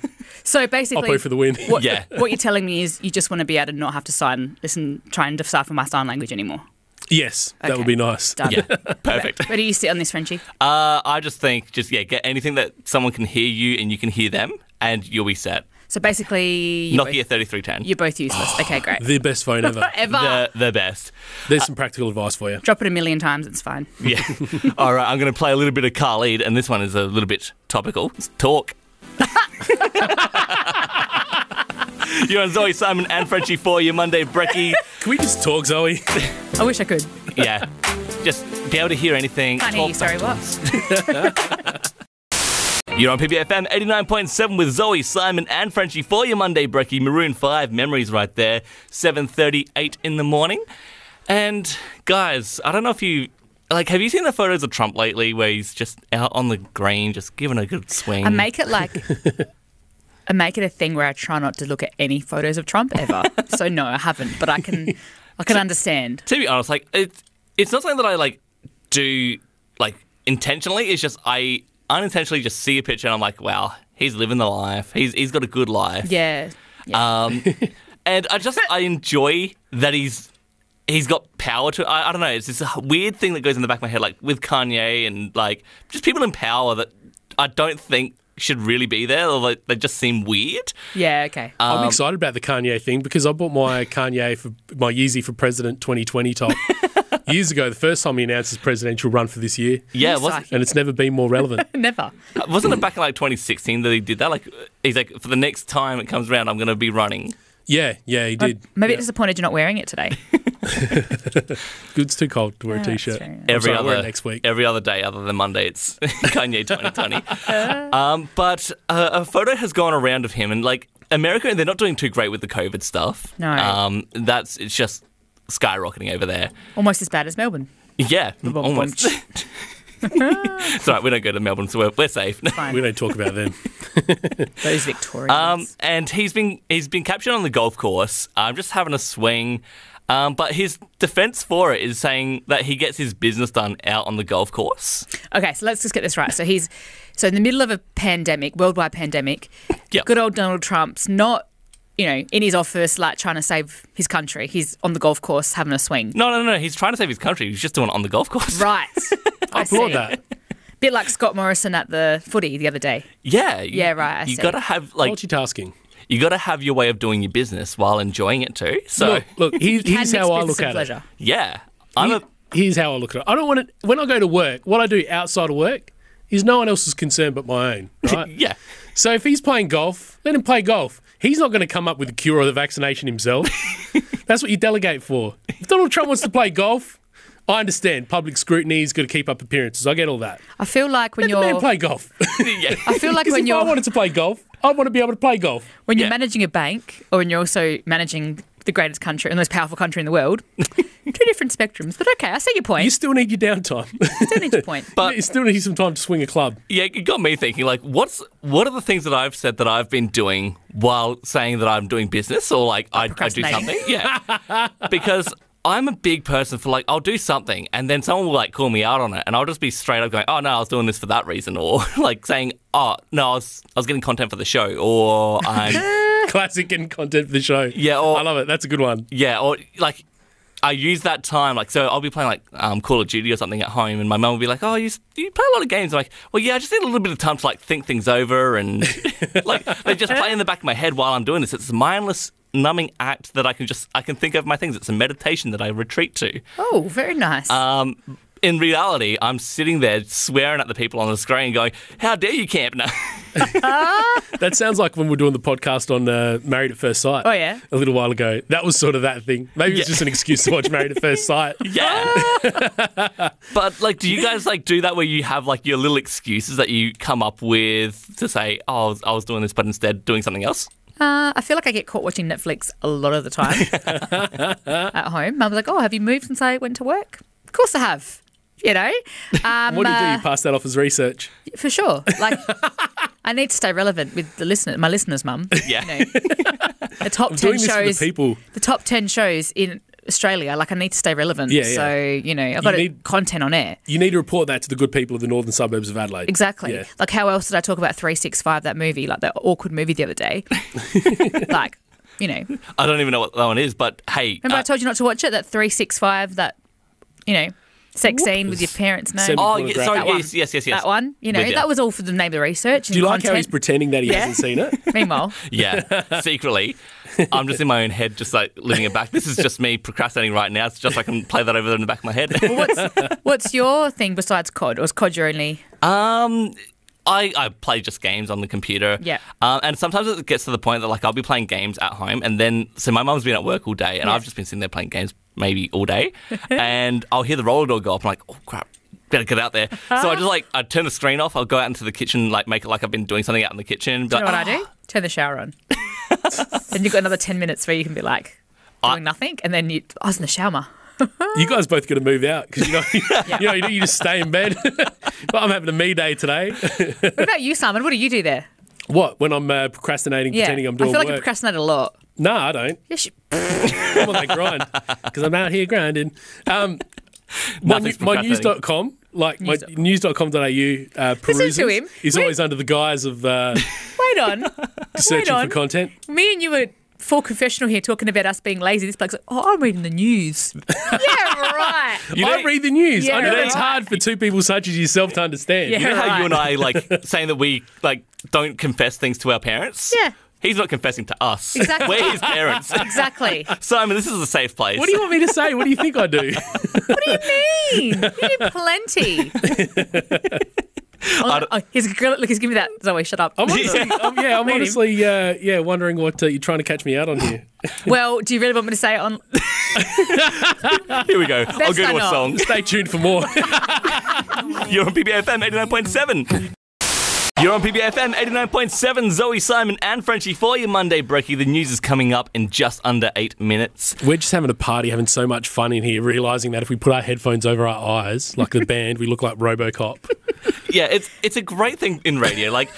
[SPEAKER 7] So
[SPEAKER 8] I'll
[SPEAKER 7] basically
[SPEAKER 8] pay for the win.
[SPEAKER 5] *laughs*
[SPEAKER 7] What,
[SPEAKER 5] Yeah.
[SPEAKER 7] *laughs* what you're telling me is you just want to be able to not have to sign listen try and decipher my sign language anymore.
[SPEAKER 8] Yes, that would be
[SPEAKER 7] Okay.
[SPEAKER 8] nice.
[SPEAKER 7] Done.
[SPEAKER 5] yeah, perfect.
[SPEAKER 7] *laughs* Where do you sit on this, Frenchie?
[SPEAKER 5] Uh, I just think just yeah, get anything that someone can hear you and you can hear them, and you'll be set.
[SPEAKER 7] So basically you're,
[SPEAKER 5] Nokia
[SPEAKER 7] both,
[SPEAKER 5] thirty three ten.
[SPEAKER 7] you're both useless. Okay, great.
[SPEAKER 8] The best phone
[SPEAKER 7] *laughs*
[SPEAKER 8] ever.
[SPEAKER 7] Ever.
[SPEAKER 5] The the best.
[SPEAKER 8] There's some practical advice for you.
[SPEAKER 7] Drop it a million times, it's fine.
[SPEAKER 5] Yeah. *laughs* All right, I'm going to play a little bit of Khalid, and this one is a little bit topical. It's talk. *laughs* You're on Zoe Simon and Frenchie for your Monday brekkie.
[SPEAKER 8] Can we just talk, Zoe? *laughs*
[SPEAKER 7] I wish I could.
[SPEAKER 5] Yeah, just be able to hear anything.
[SPEAKER 7] Can't hear you,
[SPEAKER 5] talk
[SPEAKER 7] sorry, what?
[SPEAKER 5] You're on PBFM 89.7 with Zoe, Simon, and Frenchie for your Monday brekkie. Maroon 5 memories right there. 7.38 in the morning. And guys, I don't know if you Like, have you seen the photos of Trump lately where he's just out on the green, just giving a good swing?
[SPEAKER 7] I make it like I make it a thing where I try not to look at any photos of Trump ever. so no, I haven't, but I can I can understand.
[SPEAKER 5] to be honest, like it's it's not something that I like do like intentionally. It's just I unintentionally just see a picture and I'm like, wow, he's living the life. He's he's got a good life.
[SPEAKER 7] Yeah.
[SPEAKER 5] Um, and I just I enjoy that he's he's got power to. I, I don't know. It's this weird thing that goes in the back of my head, like with Kanye and like just people in power that I don't think should really be there, or like, they just seem weird.
[SPEAKER 7] Yeah, okay.
[SPEAKER 8] I'm excited about the Kanye thing because I bought my Kanye for my Yeezy for President 2020 top
[SPEAKER 7] *laughs*
[SPEAKER 8] years ago. The first time he announced his presidential run for this year,
[SPEAKER 5] Yeah, wasn't,
[SPEAKER 7] Psyche.
[SPEAKER 8] and it's never been more
[SPEAKER 7] *laughs*
[SPEAKER 8] relevant.
[SPEAKER 7] Never.
[SPEAKER 5] wasn't it back in like 2016 that he did that? Like he's like, for the next time it comes around, I'm going to be running.
[SPEAKER 8] Yeah, yeah, he did.
[SPEAKER 7] Maybe it disappointed you're not wearing it today.
[SPEAKER 8] It's too cold to wear a
[SPEAKER 7] Oh, that's
[SPEAKER 8] t-shirt.
[SPEAKER 7] fair enough.
[SPEAKER 8] I'm
[SPEAKER 5] every
[SPEAKER 8] sorry, I'll wear
[SPEAKER 5] other
[SPEAKER 8] it next week.
[SPEAKER 5] Every other day, other than Monday, it's *laughs* Kanye
[SPEAKER 8] *laughs*
[SPEAKER 5] 2020. um, but uh, a photo has gone around of him, and like America, they're not doing too great with the COVID stuff.
[SPEAKER 7] No.
[SPEAKER 5] um, that's it's just skyrocketing over there.
[SPEAKER 7] Almost as bad as Melbourne.
[SPEAKER 5] Yeah,
[SPEAKER 7] bum
[SPEAKER 5] almost. *laughs* it's all right. We don't go to Melbourne, so we're, we're safe.
[SPEAKER 8] We don't talk about them.
[SPEAKER 7] Those
[SPEAKER 5] *laughs*
[SPEAKER 7] Victorians.
[SPEAKER 5] Um, and he's been he's been captured on the golf course, um, just having a swing. Um, but his defense for it is saying that he gets his business done out on the golf course.
[SPEAKER 7] Okay, so let's just get this right. So he's so in the middle of a pandemic, worldwide pandemic.
[SPEAKER 5] Yep.
[SPEAKER 7] Good old Donald Trump's not, you know, in his office like trying to save his country. He's on the golf course having a swing.
[SPEAKER 5] No, no, no. He's trying to save his country. He's just doing it on the golf course.
[SPEAKER 7] Right.
[SPEAKER 8] *laughs*
[SPEAKER 7] I
[SPEAKER 8] Applaud
[SPEAKER 7] see.
[SPEAKER 8] that.
[SPEAKER 7] Bit like Scott Morrison at the footy the other day.
[SPEAKER 5] Yeah. you-
[SPEAKER 7] Yeah, right, I
[SPEAKER 5] you
[SPEAKER 7] see.
[SPEAKER 5] gotta have like
[SPEAKER 8] Multitasking.
[SPEAKER 5] you gotta have your way of doing your business while enjoying it too. So
[SPEAKER 8] Look, look here-
[SPEAKER 7] Can
[SPEAKER 8] here's
[SPEAKER 7] mix
[SPEAKER 8] how I
[SPEAKER 7] business
[SPEAKER 8] look
[SPEAKER 7] and
[SPEAKER 8] at it.
[SPEAKER 7] pleasure.
[SPEAKER 5] yeah, I'm a
[SPEAKER 8] Here's how I look at it. I don't want it when I go to work. What I do outside of work is no one else's concern but my
[SPEAKER 7] *laughs*
[SPEAKER 8] own. Right?
[SPEAKER 5] yeah. *laughs*
[SPEAKER 8] So if he's playing golf, let him play golf. He's not going to come up with a cure or the vaccination
[SPEAKER 7] *laughs*
[SPEAKER 8] himself. That's what you delegate for. If Donald Trump wants to play golf, I understand public scrutiny. He's got to keep up appearances. I get all that.
[SPEAKER 7] I feel like when
[SPEAKER 8] Let the man
[SPEAKER 7] you're
[SPEAKER 8] play golf.
[SPEAKER 5] yeah.
[SPEAKER 7] I
[SPEAKER 8] *laughs*
[SPEAKER 7] feel like
[SPEAKER 8] Because
[SPEAKER 7] when
[SPEAKER 8] if I
[SPEAKER 7] you're
[SPEAKER 8] wanted to play golf, I want to be able to play golf.
[SPEAKER 7] when you're
[SPEAKER 5] Yeah.
[SPEAKER 7] managing a bank or when you're also managing the greatest country and most powerful country in
[SPEAKER 8] *laughs*
[SPEAKER 7] the world. two different spectrums. But okay, I see your point.
[SPEAKER 8] You still need your downtime. *laughs*
[SPEAKER 7] I still need your point.
[SPEAKER 8] you still need some time to swing a club.
[SPEAKER 5] yeah, it got me thinking. Like, what's what are the things that I've said that I've been doing while saying that I'm doing business or like I, I do
[SPEAKER 7] procrastinating.
[SPEAKER 5] something? Yeah, because I'm a big person for like I'll do something and then someone will like call me out on it and I'll just be straight up going, oh no, I was doing this for that reason or *laughs* like saying, oh no, I was I was getting content for the show or I'm.
[SPEAKER 8] Classic and content for the show.
[SPEAKER 5] Yeah, or-
[SPEAKER 8] I love it. That's a good one.
[SPEAKER 5] Yeah, or like I use that time, like so I'll be playing like um, Call of Duty or something at home, and my mum will be like, "Oh, you, s- you play a lot of games." I'm like, "Well, yeah, I just need a little bit of time to like think things over," and *laughs* like they just play in the back of my head while I'm doing this. It's a mindless, numbing act that I can just I can think over my things. It's a meditation that I retreat to.
[SPEAKER 7] Oh, very nice.
[SPEAKER 8] Uh,
[SPEAKER 5] Um, in reality, I'm sitting there swearing at the people on the screen, going, "How dare you, Campner?"
[SPEAKER 8] That sounds like when we were doing the podcast on uh, Married at First Sight.
[SPEAKER 7] Oh, yeah?
[SPEAKER 8] a little while ago. That was sort of that thing. Maybe it's
[SPEAKER 5] Yeah.
[SPEAKER 8] just an excuse to watch Married at
[SPEAKER 7] *laughs*
[SPEAKER 8] First Sight.
[SPEAKER 5] Yeah. but like, do you guys like do that where you have like your little excuses that you come up with to say, "Oh, I was, I was doing this, but instead doing something
[SPEAKER 7] *laughs*
[SPEAKER 5] else"?
[SPEAKER 7] Uh, I feel like I get caught watching Netflix a lot of the
[SPEAKER 8] *laughs*
[SPEAKER 7] time at home. Mum's like, "Oh, have you moved since I went to work?" Of course I have. You know, um,
[SPEAKER 8] What do you do?
[SPEAKER 7] uh,
[SPEAKER 8] You pass that off as research.
[SPEAKER 7] for sure. Like, I need to stay relevant with the listener, my listeners, Mum.
[SPEAKER 5] Yeah.
[SPEAKER 7] You know, the top ten
[SPEAKER 8] Doing this for
[SPEAKER 7] shows,
[SPEAKER 8] the people.
[SPEAKER 7] the top ten shows in Australia. Like, I need to stay relevant.
[SPEAKER 8] Yeah, yeah.
[SPEAKER 7] So you know, I've got to
[SPEAKER 8] need-
[SPEAKER 7] content on air.
[SPEAKER 8] You need to report that to the good people of the northern suburbs of Adelaide.
[SPEAKER 7] Exactly.
[SPEAKER 8] Yeah.
[SPEAKER 7] Like, how else did I talk about 365, that movie, like that awkward movie the other day?
[SPEAKER 8] *laughs*
[SPEAKER 7] like, you know, remember
[SPEAKER 5] I don't even know what that one is, but hey,
[SPEAKER 7] I
[SPEAKER 5] uh,
[SPEAKER 7] told you not to watch it? That 365, that, you know, sex scene with your parents' name.
[SPEAKER 8] Semi-
[SPEAKER 5] oh,
[SPEAKER 8] Pornograph.
[SPEAKER 5] yeah, sorry,
[SPEAKER 8] That
[SPEAKER 7] one.
[SPEAKER 5] yes, yes, yes, yes,
[SPEAKER 7] that one, you know,
[SPEAKER 5] With ya.
[SPEAKER 7] that was *laughs* all for the name of the research.
[SPEAKER 8] Do you like how he's pretending that he
[SPEAKER 7] Yeah.
[SPEAKER 8] hasn't seen it? *laughs*
[SPEAKER 7] Meanwhile,
[SPEAKER 5] Yeah, secretly, I'm just in my own head, just like living it back. This is just me procrastinating right now. It's just I can play that over in the back of my head.
[SPEAKER 7] *laughs* what's, what's your thing besides COD? Or is COD your only?
[SPEAKER 5] Um, I, I play just games on the computer.
[SPEAKER 7] Yeah.
[SPEAKER 5] Um, and sometimes it gets to the point that like I'll be playing games at home, and then so my mum's been at work all day, and I've just been sitting there playing games maybe all
[SPEAKER 7] *laughs*
[SPEAKER 5] day, and I'll hear the roller door go up. I'm like, oh crap. Better get out there. So I just like I turn the screen off. I'll go out into the kitchen, like make it like I've been doing something out in the kitchen.
[SPEAKER 7] You know what I
[SPEAKER 8] Ah.
[SPEAKER 7] do? Turn the shower
[SPEAKER 8] *laughs*
[SPEAKER 7] on. then you've got another 10 minutes where you can be like, doing nothing. And then you, I was in the shower.
[SPEAKER 8] you guys both got to move out because you know, *laughs* you know, you, do- you just stay in bed. *laughs* but I'm having a me day today.
[SPEAKER 7] What about you, Simon? What do you do there?
[SPEAKER 8] what? When I'm uh, procrastinating,
[SPEAKER 7] Yeah,
[SPEAKER 8] pretending I'm
[SPEAKER 7] I
[SPEAKER 8] doing
[SPEAKER 7] feel like you
[SPEAKER 8] work?
[SPEAKER 7] procrastinate a lot.
[SPEAKER 8] no, I don't.
[SPEAKER 7] Yes, you-
[SPEAKER 8] *laughs* I'm on that grind because I'm out here grinding.
[SPEAKER 7] *laughs*
[SPEAKER 8] Um, my,
[SPEAKER 5] Nothing's
[SPEAKER 8] my
[SPEAKER 5] procrastinating.
[SPEAKER 8] news.com, like my news.com.au uh, perusals
[SPEAKER 7] to him.
[SPEAKER 8] is
[SPEAKER 7] We-
[SPEAKER 8] always under the guise of
[SPEAKER 7] *laughs*
[SPEAKER 8] uh, *laughs*
[SPEAKER 7] Wait on.
[SPEAKER 8] searching for
[SPEAKER 7] on.
[SPEAKER 8] content.
[SPEAKER 7] Me and you were full confessional here talking about us being lazy. This bloke's like, oh, I'm reading the news.
[SPEAKER 8] *laughs*
[SPEAKER 7] yeah, right.
[SPEAKER 5] You
[SPEAKER 8] I
[SPEAKER 5] know-
[SPEAKER 8] read the news. I
[SPEAKER 7] Yeah,
[SPEAKER 8] know
[SPEAKER 7] right.
[SPEAKER 8] it's hard for two people such as yourself to understand.
[SPEAKER 5] *gasps*
[SPEAKER 7] Yeah.
[SPEAKER 5] You know how
[SPEAKER 7] Right.
[SPEAKER 5] you and I
[SPEAKER 7] *laughs*
[SPEAKER 5] like saying that we like don't confess things to our parents?
[SPEAKER 7] Yeah.
[SPEAKER 5] He's not confessing to us.
[SPEAKER 7] Exactly.
[SPEAKER 5] *laughs* We're his
[SPEAKER 7] *laughs*
[SPEAKER 5] parents.
[SPEAKER 8] *laughs*
[SPEAKER 7] Exactly.
[SPEAKER 5] Simon, this is a safe place.
[SPEAKER 8] What do you want me to say? What do you think I
[SPEAKER 7] *laughs*
[SPEAKER 8] do?
[SPEAKER 7] Mean. You do
[SPEAKER 8] *laughs*
[SPEAKER 7] plenty. oh, oh, he's, look, he's giving me that. Zoe, shut up.
[SPEAKER 8] I'm honestly, I'm, *laughs* yeah, I'm honestly, uh, yeah, wondering what uh, you're trying to catch me out on here. *laughs*
[SPEAKER 7] Well, do you really want me to say it on?
[SPEAKER 5] Here we go.
[SPEAKER 7] *laughs*
[SPEAKER 5] I'll go
[SPEAKER 7] I
[SPEAKER 5] to a
[SPEAKER 7] not.
[SPEAKER 5] song.
[SPEAKER 8] Stay tuned for more. *laughs*
[SPEAKER 5] You're on PBFM 89.7. You're on PBFM 89.7. Zoe, Simon, and Frenchie for your Monday breakie. The news is coming up in just under eight minutes.
[SPEAKER 8] We're just having a party, having so much fun in here, realizing that if we put our headphones over our eyes, like the band, we look like Robocop. *laughs*
[SPEAKER 5] Yeah, it's it's a great thing in radio. Like,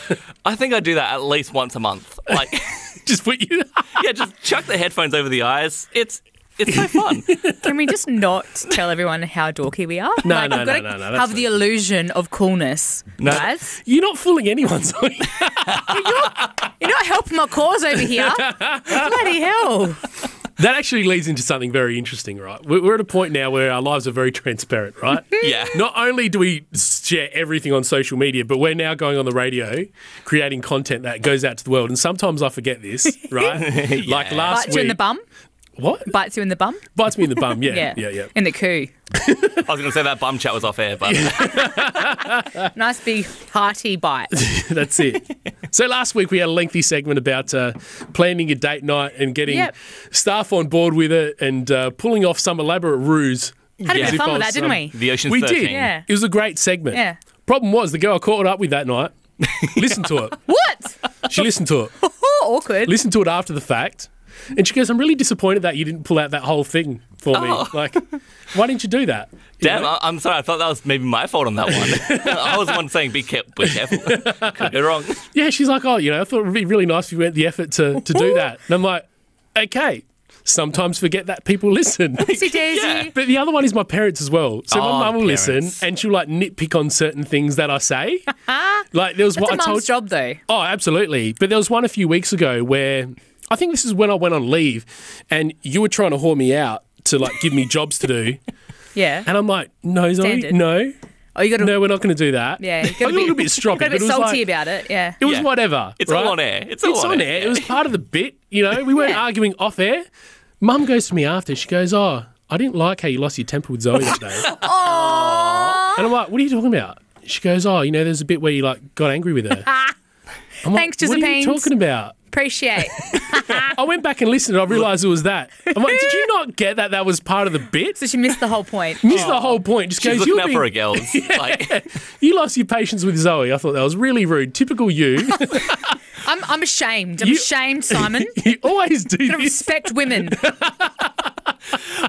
[SPEAKER 5] I think I do that at least once a month. Like, *laughs*
[SPEAKER 8] Just put you. *laughs*
[SPEAKER 5] yeah, just chuck the headphones over the eyes. It's it's so
[SPEAKER 8] *laughs*
[SPEAKER 5] fun.
[SPEAKER 7] Can we just not tell everyone how dorky we are?
[SPEAKER 8] No,
[SPEAKER 7] Like,
[SPEAKER 8] no,
[SPEAKER 7] I've
[SPEAKER 8] no,
[SPEAKER 7] gotta
[SPEAKER 8] no, no, that's
[SPEAKER 7] Have the
[SPEAKER 8] not-
[SPEAKER 7] illusion of coolness,
[SPEAKER 5] No.
[SPEAKER 7] guys.
[SPEAKER 8] You're not fooling anyone,
[SPEAKER 7] *laughs*
[SPEAKER 8] Zoe.
[SPEAKER 7] You're not helping my cause
[SPEAKER 8] *laughs*
[SPEAKER 7] over here. Bloody hell!
[SPEAKER 8] That actually leads into something very interesting, right? We're we're at a point now where our lives are very transparent,
[SPEAKER 7] *laughs*
[SPEAKER 8] right?
[SPEAKER 5] Yeah.
[SPEAKER 8] Not only do we share everything on social media, but we're now going on the radio, creating content that goes out to the world. And sometimes I forget
[SPEAKER 7] *laughs*
[SPEAKER 8] this, right? Like last
[SPEAKER 7] Bites
[SPEAKER 8] week,
[SPEAKER 7] you in the bum.
[SPEAKER 8] what
[SPEAKER 7] Bites you in the bum.
[SPEAKER 8] bites me in the
[SPEAKER 7] *laughs*
[SPEAKER 8] bum? Yeah,
[SPEAKER 7] Yeah,
[SPEAKER 8] yeah, yeah.
[SPEAKER 7] In the coo.
[SPEAKER 5] I was going to say that bum chat was off air, but
[SPEAKER 7] Nice big hearty bite.
[SPEAKER 8] *laughs* That's it. so last week we had a lengthy segment about uh, planning your date night and getting
[SPEAKER 7] Yep.
[SPEAKER 8] staff on board with it and uh, pulling off some elaborate ruse.
[SPEAKER 7] Had a
[SPEAKER 5] Yeah.
[SPEAKER 7] bit of
[SPEAKER 8] If I
[SPEAKER 7] fun with
[SPEAKER 8] was,
[SPEAKER 7] that, didn't
[SPEAKER 8] um,
[SPEAKER 7] we?
[SPEAKER 5] the Ocean's
[SPEAKER 8] we
[SPEAKER 5] 13.
[SPEAKER 8] did.
[SPEAKER 7] Yeah.
[SPEAKER 8] It was a great segment.
[SPEAKER 7] Yeah.
[SPEAKER 8] Problem was the girl I caught up with that night. Listen to
[SPEAKER 7] *laughs*
[SPEAKER 8] it.
[SPEAKER 7] What?
[SPEAKER 8] She listened to it.
[SPEAKER 7] Oh, awkward.
[SPEAKER 8] Listened to it after the fact. And she goes, I'm really disappointed that you didn't pull out that whole thing for
[SPEAKER 7] Oh.
[SPEAKER 8] me. Like, why didn't you do that? You
[SPEAKER 5] Damn,
[SPEAKER 8] know?
[SPEAKER 5] I, I'm sorry. I thought that was maybe my fault on that one. I was the one saying, be, kept, be careful. *laughs* Could go wrong.
[SPEAKER 8] Yeah, she's like, oh, you know, I thought it would be really nice if you went the effort to, to do that. And I'm like, okay. Sometimes forget that people listen. *laughs*
[SPEAKER 7] Daisy Daisy.
[SPEAKER 5] Yeah.
[SPEAKER 8] But the other one is my parents as well. So
[SPEAKER 5] Oh,
[SPEAKER 8] my mum will
[SPEAKER 5] parents.
[SPEAKER 8] listen and she'll like nitpick on certain things that I
[SPEAKER 7] *laughs*
[SPEAKER 8] say. like there was
[SPEAKER 7] It's
[SPEAKER 8] what
[SPEAKER 7] a
[SPEAKER 8] I told
[SPEAKER 7] mum's job, though.
[SPEAKER 8] Oh, absolutely. But there was one a few weeks ago where I think this is when I went on leave and you were trying to whore me out to like give me jobs to
[SPEAKER 7] *laughs*
[SPEAKER 8] do.
[SPEAKER 7] Yeah.
[SPEAKER 8] And I'm like, no, Zoe,
[SPEAKER 7] Standard.
[SPEAKER 8] no,
[SPEAKER 7] Oh, you got to.
[SPEAKER 8] no, we're not going to do that.
[SPEAKER 7] Yeah,
[SPEAKER 8] *laughs* I
[SPEAKER 7] *laughs* you
[SPEAKER 8] got a little bit stroppy,
[SPEAKER 7] got a
[SPEAKER 8] but it
[SPEAKER 7] bit
[SPEAKER 8] was
[SPEAKER 7] salty
[SPEAKER 8] like,
[SPEAKER 7] about it. Yeah.
[SPEAKER 8] it was
[SPEAKER 5] Yeah.
[SPEAKER 8] whatever.
[SPEAKER 5] It's
[SPEAKER 8] right?
[SPEAKER 5] all on air. It's all
[SPEAKER 8] It's
[SPEAKER 5] on,
[SPEAKER 8] on air.
[SPEAKER 5] yeah.
[SPEAKER 8] It was part of the bit. You know, we weren't
[SPEAKER 7] Yeah.
[SPEAKER 8] arguing off air. Mum goes to me after. She goes, "Oh, I didn't like how you lost your temper with Zoe
[SPEAKER 5] *laughs*
[SPEAKER 8] that day." and I'm like, "What are you talking about?" She goes, "Oh, you know, there's a bit where you like got angry with
[SPEAKER 5] *laughs*
[SPEAKER 8] her." I'm like,
[SPEAKER 7] Thanks,
[SPEAKER 8] What are you
[SPEAKER 7] Josephine.
[SPEAKER 8] talking about?
[SPEAKER 7] *laughs* Appreciate.
[SPEAKER 8] I went back and listened. and I realised it was that. I'm like, "Did you not get that? That was part of the bit."
[SPEAKER 7] so she missed the
[SPEAKER 8] *laughs*
[SPEAKER 7] whole point.
[SPEAKER 8] Missed the whole point. Just
[SPEAKER 5] She's
[SPEAKER 8] goes,
[SPEAKER 5] looking
[SPEAKER 8] "You're
[SPEAKER 5] out
[SPEAKER 8] being
[SPEAKER 5] for her
[SPEAKER 8] *laughs*
[SPEAKER 5] girls. Like,
[SPEAKER 8] you lost your patience with Zoe." I thought that was really rude.
[SPEAKER 5] *laughs*
[SPEAKER 8] Typical you. *laughs*
[SPEAKER 7] I'm, I'm ashamed. I'm
[SPEAKER 8] You- *laughs*
[SPEAKER 7] ashamed, Simon.
[SPEAKER 8] you always do
[SPEAKER 7] Gotta
[SPEAKER 8] this.
[SPEAKER 7] respect
[SPEAKER 8] *laughs*
[SPEAKER 7] women.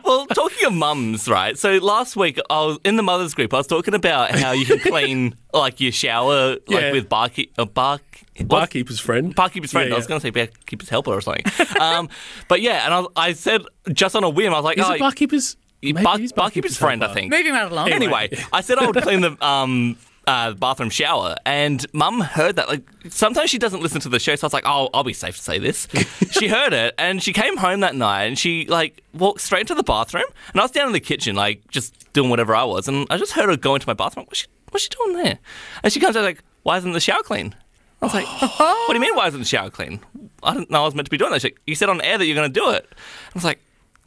[SPEAKER 5] well, talking of mums, right? So last week I was in the mothers group. I was talking about how you can
[SPEAKER 8] *laughs*
[SPEAKER 5] clean like your shower like
[SPEAKER 8] Yeah.
[SPEAKER 5] with barkeep, uh, bark, what's-
[SPEAKER 8] Barkeeper's friend.
[SPEAKER 5] barkeeper's friend.
[SPEAKER 8] Yeah,
[SPEAKER 5] I was
[SPEAKER 8] yeah.
[SPEAKER 5] going to say barkeeper's helper or something. um, but yeah, and I, was- I said just on a whim, I was like,
[SPEAKER 8] Is
[SPEAKER 5] oh,
[SPEAKER 8] it barkeeper's?
[SPEAKER 5] you-
[SPEAKER 8] maybe
[SPEAKER 5] bar-
[SPEAKER 8] it is
[SPEAKER 5] barkeeper's friend, I
[SPEAKER 8] helper.
[SPEAKER 5] think.
[SPEAKER 7] Moving right along.
[SPEAKER 5] Anyway, I said I would clean the um, uh, bathroom shower, and Mum heard that. Like sometimes she doesn't listen to the show, so I was like, "Oh, I'll be safe to say this." she heard it, and she came home that night, and she like walked straight into the bathroom, and I was down in the kitchen, like just doing whatever I was, and I just heard her go into my bathroom. What's she, what's she doing there? And she comes out like, "Why isn't the shower clean?" I was like, "What do you mean? Why isn't the shower clean? I didn't know I was meant to be doing that." She's like, you said on air that you're going to do it. I was like,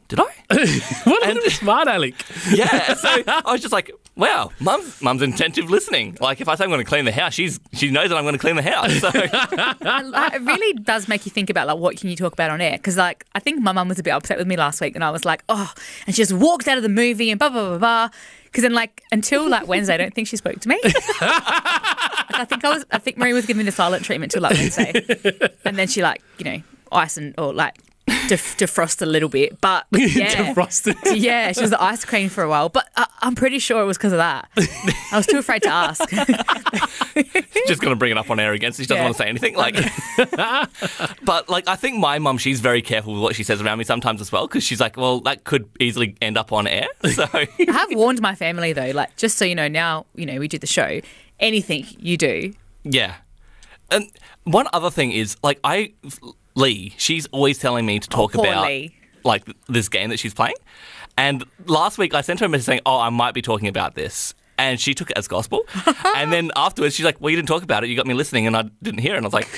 [SPEAKER 5] "Did I?"
[SPEAKER 8] What
[SPEAKER 5] And-
[SPEAKER 8] a
[SPEAKER 5] *laughs*
[SPEAKER 8] smart Alec.
[SPEAKER 5] Yeah, so I was just like, wow, mum's mum's intentive listening. Like if I say I'm going to clean the house, she's she knows that I'm going to clean the house. So
[SPEAKER 7] I- it really does make you think about like what can you talk about on air because like I think my mum was a bit upset with me last week and I was like oh and she just walked out of the movie and blah blah blah blah because then like until like Wednesday I don't think she spoke to me. Like, I think I was I think Marie was giving me the silent treatment till like Wednesday and then she like you know ice and or like def- defrost a little bit, but yeah,
[SPEAKER 5] *laughs*
[SPEAKER 8] Defrosted.
[SPEAKER 7] yeah, she was the ice queen for a while. But I- I'm pretty sure it was because of that. I was too afraid to ask.
[SPEAKER 5] just going to bring it up on air again, so she doesn't
[SPEAKER 7] Yeah.
[SPEAKER 5] want to say anything. Like, but like, I think my mum, she's very careful with what she says around me sometimes as well, because she's like, well, that could easily end up on air. So
[SPEAKER 7] I have warned my family though, like just so you know, now you know we do the show. Anything you do,
[SPEAKER 5] yeah. And one other thing is like, I Lee, she's always telling me to
[SPEAKER 8] Oh,
[SPEAKER 5] talk
[SPEAKER 7] poor
[SPEAKER 5] about
[SPEAKER 7] Lee.
[SPEAKER 5] like this game that she's playing. And last week, I sent her a message saying, oh, I might be talking about this. And she took it as
[SPEAKER 8] *laughs*
[SPEAKER 5] gospel. and then afterwards, she's like, well, you didn't talk about it. You got me listening, and I didn't hear. It. And I was like.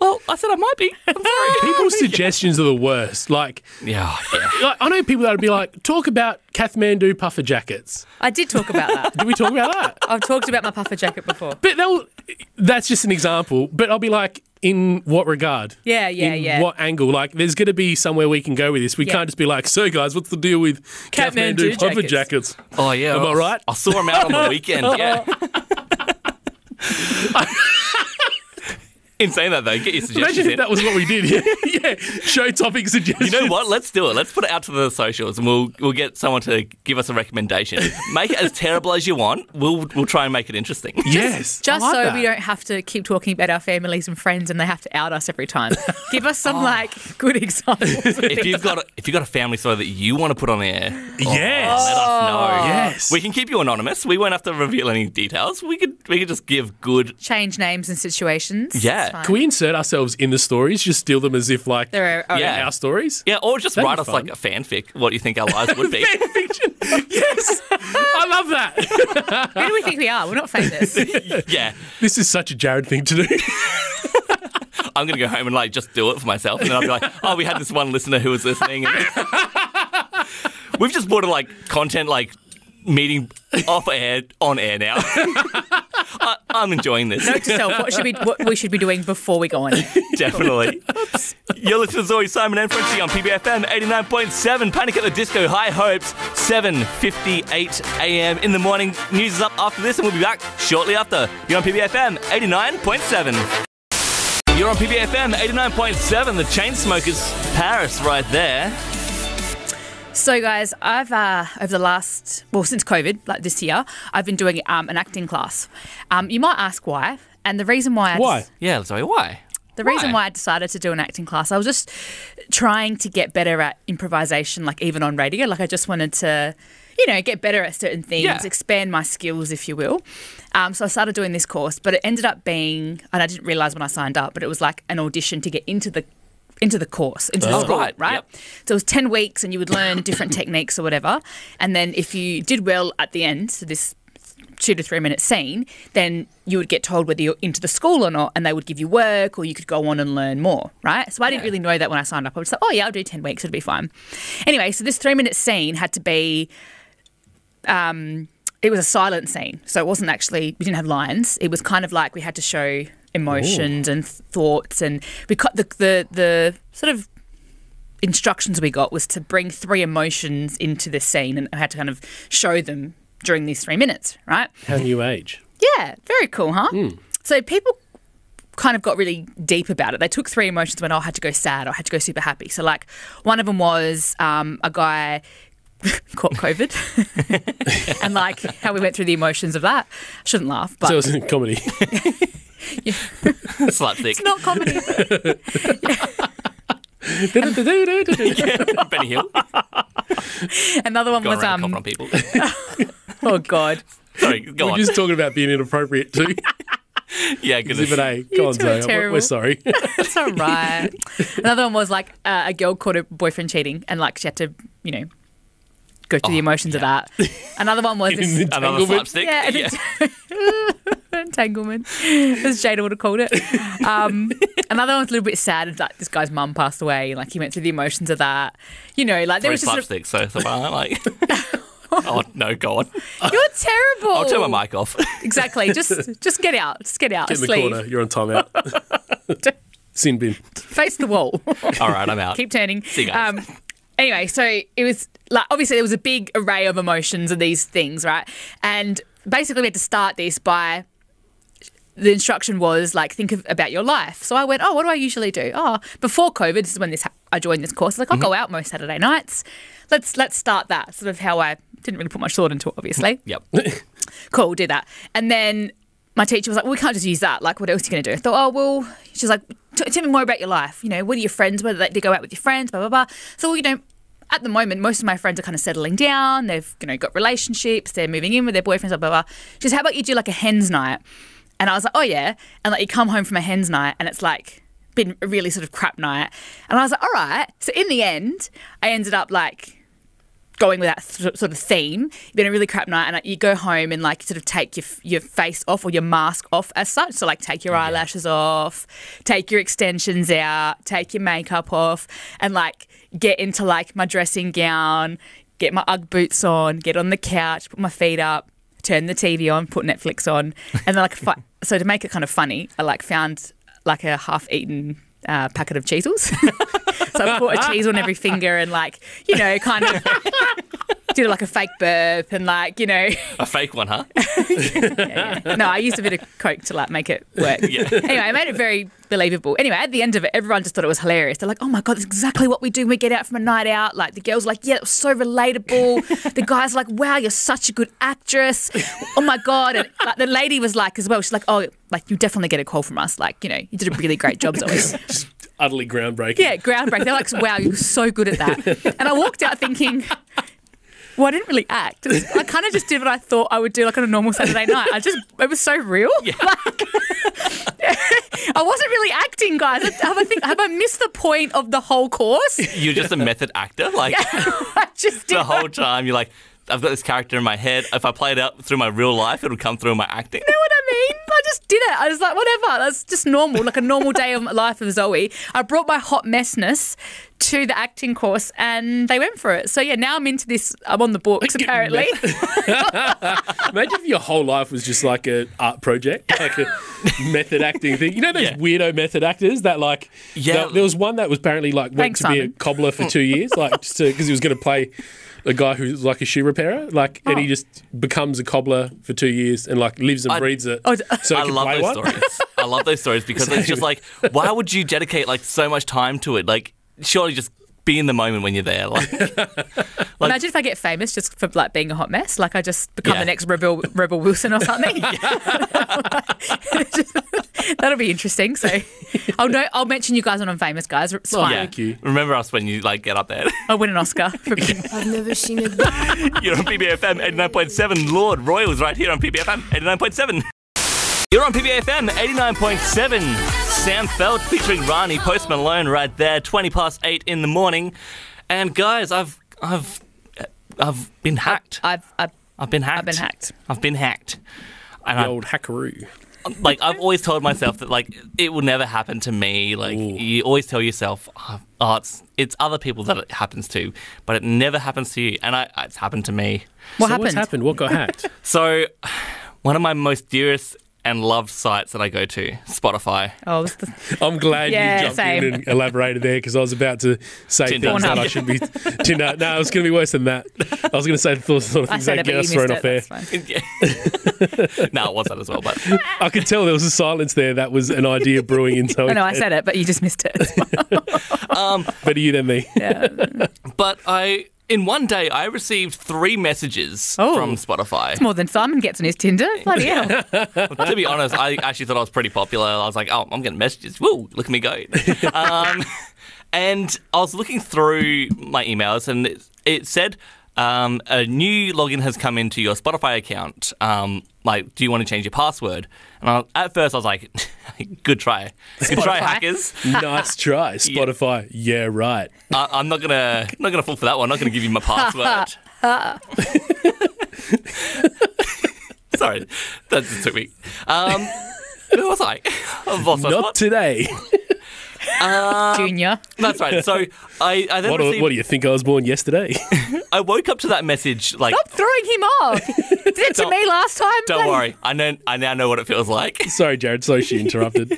[SPEAKER 5] Well, I said I might be. I'm sorry.
[SPEAKER 8] People's suggestions are the worst. Like,
[SPEAKER 5] Yeah, yeah.
[SPEAKER 8] like, I know people that would be like, talk about Kathmandu puffer jackets.
[SPEAKER 7] I did talk about
[SPEAKER 8] *laughs*
[SPEAKER 7] that.
[SPEAKER 8] Did we talk
[SPEAKER 5] *laughs*
[SPEAKER 8] about that?
[SPEAKER 7] I've talked about my puffer jacket before.
[SPEAKER 8] But they'll, that's just an example. But I'll be like, in what regard?
[SPEAKER 7] Yeah, yeah,
[SPEAKER 8] in
[SPEAKER 7] yeah.
[SPEAKER 8] What angle? Like, there's going to be somewhere we can go with this. We
[SPEAKER 7] Yeah.
[SPEAKER 8] can't just be like, so guys, what's the deal with
[SPEAKER 7] Kathmandu
[SPEAKER 8] Kathmandu puffer jackets?
[SPEAKER 5] Oh yeah,
[SPEAKER 8] Am I right?
[SPEAKER 5] I saw him out on *laughs* the weekend. Yeah. In saying that though, get your suggestions
[SPEAKER 8] Imagine
[SPEAKER 5] in.
[SPEAKER 8] if that was what we did. *laughs* Yeah, yeah. show topic suggestions.
[SPEAKER 5] you know what? Let's do it. Let's put it out to the socials, and we'll we'll get someone to give us a recommendation. Make it as terrible as you want. We'll we'll try and make it
[SPEAKER 8] *laughs*
[SPEAKER 5] interesting.
[SPEAKER 8] Yes. I
[SPEAKER 7] Just
[SPEAKER 8] like
[SPEAKER 7] so
[SPEAKER 8] that.
[SPEAKER 7] we don't have to keep talking about our families and friends and they have to out us every time.
[SPEAKER 8] *laughs*
[SPEAKER 7] Give us
[SPEAKER 8] Oh.
[SPEAKER 7] some like good examples. *laughs*
[SPEAKER 5] If you've got a, if you've got a family story that you want to put on air,
[SPEAKER 8] Yes.
[SPEAKER 5] let us know.
[SPEAKER 8] Yes.
[SPEAKER 5] We can keep you anonymous. We won't have to reveal any details. We could we could just give good.
[SPEAKER 7] Change names and situations.
[SPEAKER 5] Yeah.
[SPEAKER 7] It's fine.
[SPEAKER 8] Can we insert ourselves in the stories? Just steal them as if like
[SPEAKER 7] There are, oh,
[SPEAKER 5] Yeah.
[SPEAKER 8] our stories.
[SPEAKER 5] Yeah, or just
[SPEAKER 8] That'd be
[SPEAKER 5] write us
[SPEAKER 8] fun.
[SPEAKER 5] like a fanfic. What you think our lives would
[SPEAKER 8] *laughs*
[SPEAKER 5] be?
[SPEAKER 8] Fiction. Yes, I love that. *laughs*
[SPEAKER 7] Who do we think we are? We're not famous.
[SPEAKER 5] yeah,
[SPEAKER 8] This is such a Jared thing to do.
[SPEAKER 5] I'm gonna go home and like just do it for myself, and then I'll be like, oh, we had this one listener who was listening. And *laughs* We've just bought a like content like meeting off air on air now. *laughs* I, I'm enjoying this
[SPEAKER 7] Note to self, what should we what we should be doing before we go on? air. *laughs*
[SPEAKER 5] definitely. You're listening to Zoe Simon and Frenchie on PBFM 89.7. Panic at the Disco, High Hopes, 7:58 a.m. in the morning. News is up after this, and we'll be back shortly after. You're on PBFM 89.7. You're on PBFM 89.7. The Chainsmokers, Paris, right there.
[SPEAKER 7] So, guys, I've uh, over the last well since COVID, like this year, I've been doing um, an acting class. Um, you might ask why, and the reason why I
[SPEAKER 8] Why?
[SPEAKER 5] Yeah, Zoe, why? *laughs*
[SPEAKER 7] The reason why I decided to do an acting class, I was just trying to get better at improvisation, like even on radio. Like I just wanted to, you know, get better at certain things,
[SPEAKER 5] Yeah.
[SPEAKER 7] expand my skills, if you will. Um, so I started doing this course, but it ended up being, and I didn't realize when I signed up, but it was like an audition to get into the into the course, into the
[SPEAKER 5] Oh,
[SPEAKER 7] school,
[SPEAKER 5] right,
[SPEAKER 7] right?
[SPEAKER 5] yep.
[SPEAKER 7] So it was 10 weeks and you would learn
[SPEAKER 5] *coughs*
[SPEAKER 7] different techniques or whatever. And then if you did well at the end, so this two to three minute scene, then you would get told whether you're into the school or not, and they would give you work or you could go on and learn more, right? So I didn't really know that when I signed up. I was like, oh, yeah, I'll do 10 weeks, it'll be fine. Anyway, so this three minute scene had to be. Um, it was a silent scene, so it wasn't actually we didn't have lines. It was kind of like we had to show emotions and thoughts, and we cut the, the the sort of instructions we got was to bring three emotions into the scene, and I had to kind of show them during these three minutes, right?
[SPEAKER 8] How new age.
[SPEAKER 7] Yeah, very cool, huh?
[SPEAKER 8] Hmm.
[SPEAKER 7] So people kind of got really deep about it. They took three emotions when oh, I had to go sad or I had to go super happy. So like one of them was um, a guy *laughs*
[SPEAKER 8] *laughs*
[SPEAKER 7] caught COVID and like how we went through the emotions of that. Shouldn't laugh, but
[SPEAKER 8] So it was a comedy.
[SPEAKER 5] Slapstick.
[SPEAKER 7] *laughs*
[SPEAKER 8] *laughs*
[SPEAKER 7] not comedy.
[SPEAKER 5] Benny
[SPEAKER 7] *laughs*
[SPEAKER 5] Hill.
[SPEAKER 7] Another one
[SPEAKER 5] Going
[SPEAKER 7] was
[SPEAKER 5] around copping on
[SPEAKER 7] um,
[SPEAKER 5] people. *laughs*
[SPEAKER 7] oh god,
[SPEAKER 8] *laughs*
[SPEAKER 5] Sorry, go
[SPEAKER 8] We're
[SPEAKER 5] on.
[SPEAKER 8] just talking about being inappropriate *laughs* too.
[SPEAKER 5] yeah, good.
[SPEAKER 8] Exhibit A.
[SPEAKER 7] You
[SPEAKER 8] Go on,
[SPEAKER 7] two are
[SPEAKER 8] Zoe. We're- We're
[SPEAKER 7] terrible.
[SPEAKER 8] sorry. *laughs*
[SPEAKER 7] that's all right. Another one was like uh, a girl caught her boyfriend cheating and like she had to you know go through
[SPEAKER 8] Oh,
[SPEAKER 7] the emotions of that. Another
[SPEAKER 8] *laughs*
[SPEAKER 7] one was this,
[SPEAKER 5] Another slapstick.
[SPEAKER 7] Yeah, and *laughs* entanglement, as Jada would have called it. Um, another one's a little bit sad. Is like this guy's mum passed away, and like he went through the emotions of that. You know, like there
[SPEAKER 5] Very
[SPEAKER 7] was just sort of-
[SPEAKER 5] slapstick, so, so I
[SPEAKER 7] *laughs*
[SPEAKER 5] like. oh, no, go on.
[SPEAKER 7] you're terrible.
[SPEAKER 5] I'll turn my mic off. *laughs*
[SPEAKER 7] Exactly. Just just get out. Just get out.
[SPEAKER 8] In the
[SPEAKER 7] Just leave.
[SPEAKER 8] corner. You're on
[SPEAKER 7] *laughs*
[SPEAKER 8] timeout. Sin bin.
[SPEAKER 7] Face the wall.
[SPEAKER 5] All right, I'm out.
[SPEAKER 7] Keep turning.
[SPEAKER 5] you guys.
[SPEAKER 7] Um, anyway, so it was like obviously there was a big array of emotions and these things, right? And basically we had to start this by the instruction was like think of, about your life. So I went, oh, what do I usually do? Oh, before COVID, this is when this ha- I joined this course. Like I'll go
[SPEAKER 5] Mm-hmm.
[SPEAKER 7] out most Saturday nights. Let's let's start that sort of how I didn't really put much thought into it, obviously.
[SPEAKER 5] Yep.
[SPEAKER 7] Cool, do that. And then my teacher was like, well, we can't just use that. Like, what else are you going to do? I thought, oh well, she's like, "T- tell me more about your life. You know, what are your friends? Whether they, they go out with your friends, blah blah blah. So you know. At the moment, most of my friends are kind of settling down. They've, you know, got relationships. They're moving in with their boyfriends. Blah blah. blah. She says, "How about you do like a hen's night?" And I was like, oh yeah. And like you come home from a hen's night and it's like been a really sort of crap night. And I was like, all right. So in the end, I ended up like going with that th- sort of theme. It's been a really crap night and like, you go home and like sort of take your, f- your face off or your mask off as such. So like take your eyelashes off, take your extensions out, take your makeup off and like get into like my dressing gown, get my Ugg boots on, get on the couch, put my feet up turn the TV on, put Netflix on, and then like fi- so to make it kind of funny, I like found like a half-eaten uh, packet of cheezels. *laughs* so I put a cheese on every finger and like you know kind of did like a fake burp and like you know *laughs*
[SPEAKER 5] A fake one, huh?
[SPEAKER 7] no, I used a bit of coke to like make it work. Anyway, I made it very believable. Anyway, at the end of it, everyone just thought it was hilarious. They're like, "Oh my god, that's exactly what we do. when We get out from a night out." Like the girls, are like, "Yeah, it was so relatable." the guys, are like, "Wow, you're such a good actress." Oh my god, and like, the lady was like, as well, she's like, "Oh, like you definitely get a call from us. Like you know, you did a really great job." So I was-
[SPEAKER 8] Utterly groundbreaking.
[SPEAKER 7] yeah, groundbreaking. They're like, wow, you're so good at that. And I walked out thinking, well, I didn't really act. I kind of just did what I thought I would do, like on a normal Saturday night. I just, it was so real. *laughs* Like, I wasn't really acting, guys. Have I think have I missed the point of the whole course? *laughs*
[SPEAKER 5] You're
[SPEAKER 8] *laughs*
[SPEAKER 5] just a method actor. Like
[SPEAKER 7] I just did
[SPEAKER 5] *laughs* the whole time, you're like, I've got this character in my head. If I play it out through my real life, it'll come through in my acting.
[SPEAKER 7] know what I mean? I just did it. I was like, whatever. That's just normal, like a normal day of my life of Zoe. I brought my hot messness to the acting course, and they went for it. So yeah, now I'm into this. I'm on the books apparently.
[SPEAKER 8] Imagine if your whole life was just like an art project, like a method acting thing. You know those
[SPEAKER 5] Yeah.
[SPEAKER 8] weirdo method actors that like.
[SPEAKER 5] Yeah.
[SPEAKER 8] there- there was one that was apparently like went
[SPEAKER 7] Thanks,
[SPEAKER 8] to be a
[SPEAKER 7] Simon.
[SPEAKER 8] cobbler for two years, like just because he was going to play a guy who's like a shoe repairer, like, and he
[SPEAKER 7] Oh.
[SPEAKER 8] just becomes a cobbler for two years and like lives and breathes it.
[SPEAKER 7] Oh, d-
[SPEAKER 8] so he
[SPEAKER 5] I
[SPEAKER 8] can
[SPEAKER 5] love
[SPEAKER 8] play
[SPEAKER 5] those
[SPEAKER 8] one.
[SPEAKER 5] stories. I love those
[SPEAKER 8] *laughs*
[SPEAKER 5] stories because it's just like, why would you dedicate like so much time to it? Like, surely just be in the moment when you're there. Like,
[SPEAKER 7] Imagine if I get famous just for like being a hot mess. Like I just become
[SPEAKER 5] Yeah.
[SPEAKER 7] the next Rebel Rebel Wilson or
[SPEAKER 5] *laughs*
[SPEAKER 7] something. *laughs* That'll be interesting.
[SPEAKER 5] *laughs*
[SPEAKER 7] So I'll know. I'll mention you guys when I'm famous, guys. It's fine.
[SPEAKER 5] yeah.
[SPEAKER 8] *laughs* Thank you.
[SPEAKER 5] Remember us when you like get up there.
[SPEAKER 7] I'll win an Oscar
[SPEAKER 5] *laughs*
[SPEAKER 7] for being
[SPEAKER 1] I've never seen a *laughs* dog.
[SPEAKER 5] You're on PBFM 89.7. Lord Royals right here on PBFM 89.7. You're on PBFM 89.7. Sam Feld featuring Ronnie Post Malone right there, 20 past 8 in the morning. And guys, I've I've I've been hacked.
[SPEAKER 7] I've, I've
[SPEAKER 5] I've been hacked.
[SPEAKER 7] I've been hacked.
[SPEAKER 5] I've been hacked. And
[SPEAKER 8] The
[SPEAKER 5] I,
[SPEAKER 8] old hackaroo.
[SPEAKER 5] like I've always told myself that like it will never happen to me. Like you always tell yourself, oh, oh, it's it's other people that it happens to, but it never happens to you. And I, it's happened to me.
[SPEAKER 7] What
[SPEAKER 8] so
[SPEAKER 7] happened?
[SPEAKER 8] What's happened? What got hacked?
[SPEAKER 5] So, one of my most dearest and loved sites that I go to, Spotify. *laughs*
[SPEAKER 7] Oh, it was the,
[SPEAKER 8] I'm glad
[SPEAKER 7] Yeah,
[SPEAKER 8] you jumped
[SPEAKER 7] same.
[SPEAKER 8] in and elaborated there because I was about to say
[SPEAKER 5] Tinder.
[SPEAKER 8] things that I
[SPEAKER 7] Pornhub.
[SPEAKER 8] should be. Tinder. No, it's going to be worse than that. I was going to say the sort of
[SPEAKER 7] I
[SPEAKER 8] things
[SPEAKER 7] said
[SPEAKER 8] that
[SPEAKER 7] it, but
[SPEAKER 8] get
[SPEAKER 7] you
[SPEAKER 8] us
[SPEAKER 7] missed
[SPEAKER 8] thrown
[SPEAKER 7] it.
[SPEAKER 8] off air.
[SPEAKER 7] That's fine.
[SPEAKER 5] no, it was that as well, but
[SPEAKER 8] I could tell there was a silence there. That was an idea brewing in
[SPEAKER 7] *laughs* I
[SPEAKER 8] someone.
[SPEAKER 7] know Oh, I said it, but you just missed it.
[SPEAKER 8] Better you than
[SPEAKER 7] *laughs*
[SPEAKER 8] me.
[SPEAKER 5] but I in one day I received three messages
[SPEAKER 7] Oh.
[SPEAKER 5] from Spotify.
[SPEAKER 7] *laughs* More than Simon gets on his Tinder. Bloody
[SPEAKER 5] *laughs*
[SPEAKER 7] hell.
[SPEAKER 5] to be honest, I actually thought I was pretty popular. I was like, oh, I'm getting messages. Woo, look at me go. um, and I was looking through my emails, and it, it said um, a new login has come into your Spotify account. Um, like, do you want to change your password? And I, at first, I was like, *laughs* good try, good try,
[SPEAKER 7] Spotify.
[SPEAKER 5] hackers.
[SPEAKER 8] *laughs* nice try, Spotify. Yeah, right.
[SPEAKER 5] I, I'm not gonna not gonna fall for that one. I'm not gonna give you my password. *laughs* Sorry, that just took me. Um, who was I? Oh, I've lost my
[SPEAKER 8] Not
[SPEAKER 5] spot. *laughs*
[SPEAKER 8] today.
[SPEAKER 7] Junior.
[SPEAKER 5] That's right. So I, I then
[SPEAKER 8] What, do-
[SPEAKER 5] received,
[SPEAKER 8] what do you think I was born yesterday? *laughs*
[SPEAKER 5] I woke up to that message like,
[SPEAKER 7] Stop throwing him off. He did it to
[SPEAKER 5] Don't-
[SPEAKER 7] me last time.
[SPEAKER 5] don't
[SPEAKER 7] Bloody-
[SPEAKER 5] worry, I know I now know what it feels like. *laughs*
[SPEAKER 8] Sorry, Jared. Sorry, she interrupted.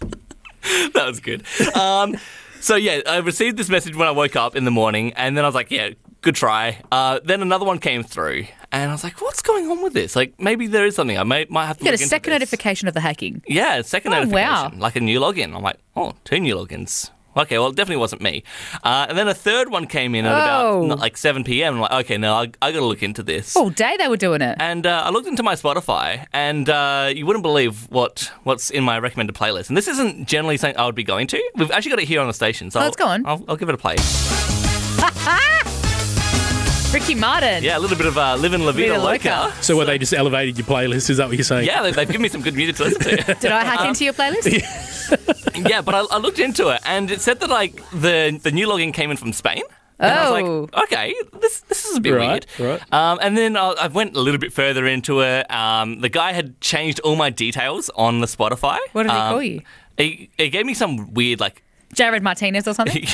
[SPEAKER 5] that was good. Um, so yeah, I received this message when I woke up in the morning, and then I was like, yeah, good try. Uh, then another one came through, and I was like, "What's going on with this? Like, maybe there is something. I may, might have to
[SPEAKER 7] You got a
[SPEAKER 5] look into
[SPEAKER 7] second
[SPEAKER 5] this.
[SPEAKER 7] notification of the hacking.
[SPEAKER 5] Yeah, a second
[SPEAKER 7] Oh, wow.
[SPEAKER 5] notification, like a new login. I'm like, oh, two new logins. Okay, well, it definitely wasn't me. Uh, and then a third one came in at
[SPEAKER 7] Oh. Oh.
[SPEAKER 5] about not, like 7 p.m. I'm like, okay, no, I, I got to look into this.
[SPEAKER 7] All day they were doing it.
[SPEAKER 5] And uh, I looked into my Spotify, and uh, you wouldn't believe what what's in my recommended playlist. And this isn't generally something I would be going to. We've actually got it here on the station, so
[SPEAKER 7] Oh, let's
[SPEAKER 5] I'll-
[SPEAKER 7] go on.
[SPEAKER 5] I'll, I'll give it a play.
[SPEAKER 7] *laughs* Ricky Martin.
[SPEAKER 5] Yeah, a little bit of uh, "Livin' La Vida
[SPEAKER 7] Vida Loca.
[SPEAKER 5] Loca."
[SPEAKER 8] So, were they just elevated your playlist? Is that what you're saying?
[SPEAKER 5] Yeah, they, they've given me some good music to listen
[SPEAKER 7] *laughs*
[SPEAKER 5] to.
[SPEAKER 7] Did I hack into your playlist?
[SPEAKER 5] yeah, but I, I looked into it, and it said that like the the new login came in from Spain. And I
[SPEAKER 7] Oh.
[SPEAKER 5] was like, okay, this this is a bit
[SPEAKER 8] Right,
[SPEAKER 5] weird.
[SPEAKER 8] right.
[SPEAKER 5] Um, and then I, I went a little bit further into it. Um, the guy had changed all my details on the Spotify.
[SPEAKER 7] What did he
[SPEAKER 5] um,
[SPEAKER 7] call you?
[SPEAKER 5] He, he gave me some weird like. *laughs*
[SPEAKER 7] Jared Martinez or something?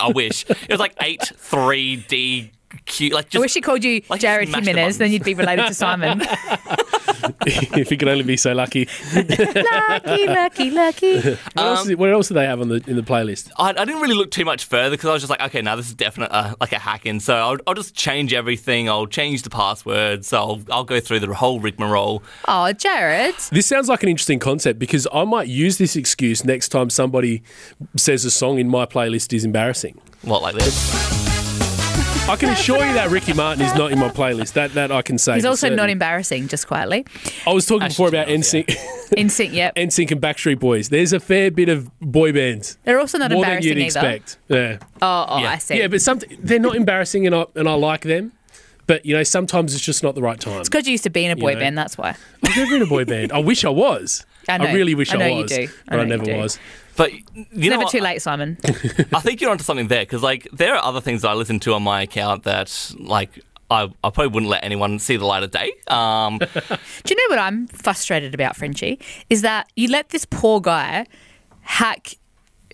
[SPEAKER 5] I wish it was like eight three D Q. Like just
[SPEAKER 7] I wish he called you
[SPEAKER 5] like,
[SPEAKER 7] Jared
[SPEAKER 5] smash the
[SPEAKER 7] Jimenez, then
[SPEAKER 5] buttons.
[SPEAKER 7] you'd be related to Simon.
[SPEAKER 8] *laughs* if you could only be so lucky.
[SPEAKER 7] lucky, lucky, lucky.
[SPEAKER 8] What,
[SPEAKER 5] Um,
[SPEAKER 8] else, what else do they have on the in the playlist?
[SPEAKER 5] I, I didn't really look too much further because I was just like, okay, now this is definite uh, like a hack in. So I'll, I'll just change everything. I'll change the passwords. So I'll, I'll go through the whole rigmarole.
[SPEAKER 7] Oh, Jared.
[SPEAKER 8] This sounds like an interesting concept because I might use this excuse next time somebody says a song in my playlist is embarrassing.
[SPEAKER 5] What like this?
[SPEAKER 8] I can assure you that Ricky Martin is not in my playlist. That that I can say.
[SPEAKER 7] He's
[SPEAKER 8] for
[SPEAKER 7] also not
[SPEAKER 8] certain.
[SPEAKER 7] embarrassing, just quietly.
[SPEAKER 8] I was talking before about
[SPEAKER 5] Ashton
[SPEAKER 8] NSYNC, *laughs*
[SPEAKER 7] In sync, yep.
[SPEAKER 8] NSYNC and Backstreet Boys. There's a fair bit of boy bands.
[SPEAKER 7] They're also not
[SPEAKER 8] More than
[SPEAKER 7] embarrassing
[SPEAKER 8] you'd
[SPEAKER 7] either.
[SPEAKER 8] expect. Yeah.
[SPEAKER 7] Oh, oh
[SPEAKER 5] Yeah.
[SPEAKER 7] I see.
[SPEAKER 8] Yeah, but some they're not embarrassing, and I and I like them. But you know, sometimes it's just not the right time.
[SPEAKER 7] because you used to be in a boy
[SPEAKER 8] know.
[SPEAKER 7] band, that's why.
[SPEAKER 8] I was never in a boy band. I wish I was.
[SPEAKER 7] *laughs* I know.
[SPEAKER 8] really wish
[SPEAKER 7] I
[SPEAKER 8] I,
[SPEAKER 7] know you
[SPEAKER 8] was,
[SPEAKER 7] do. I
[SPEAKER 8] but I,
[SPEAKER 7] know you
[SPEAKER 8] never
[SPEAKER 7] do.
[SPEAKER 8] was.
[SPEAKER 5] But you know,
[SPEAKER 7] Never
[SPEAKER 5] what?
[SPEAKER 7] too late, Simon.
[SPEAKER 5] I think you're onto something there because like there are other things that I listen to on my account that like I, I probably wouldn't let anyone see the light of day.
[SPEAKER 7] *laughs*
[SPEAKER 5] Um,
[SPEAKER 7] Do you know what I'm frustrated about, Frenchie? Is that you let this poor guy hack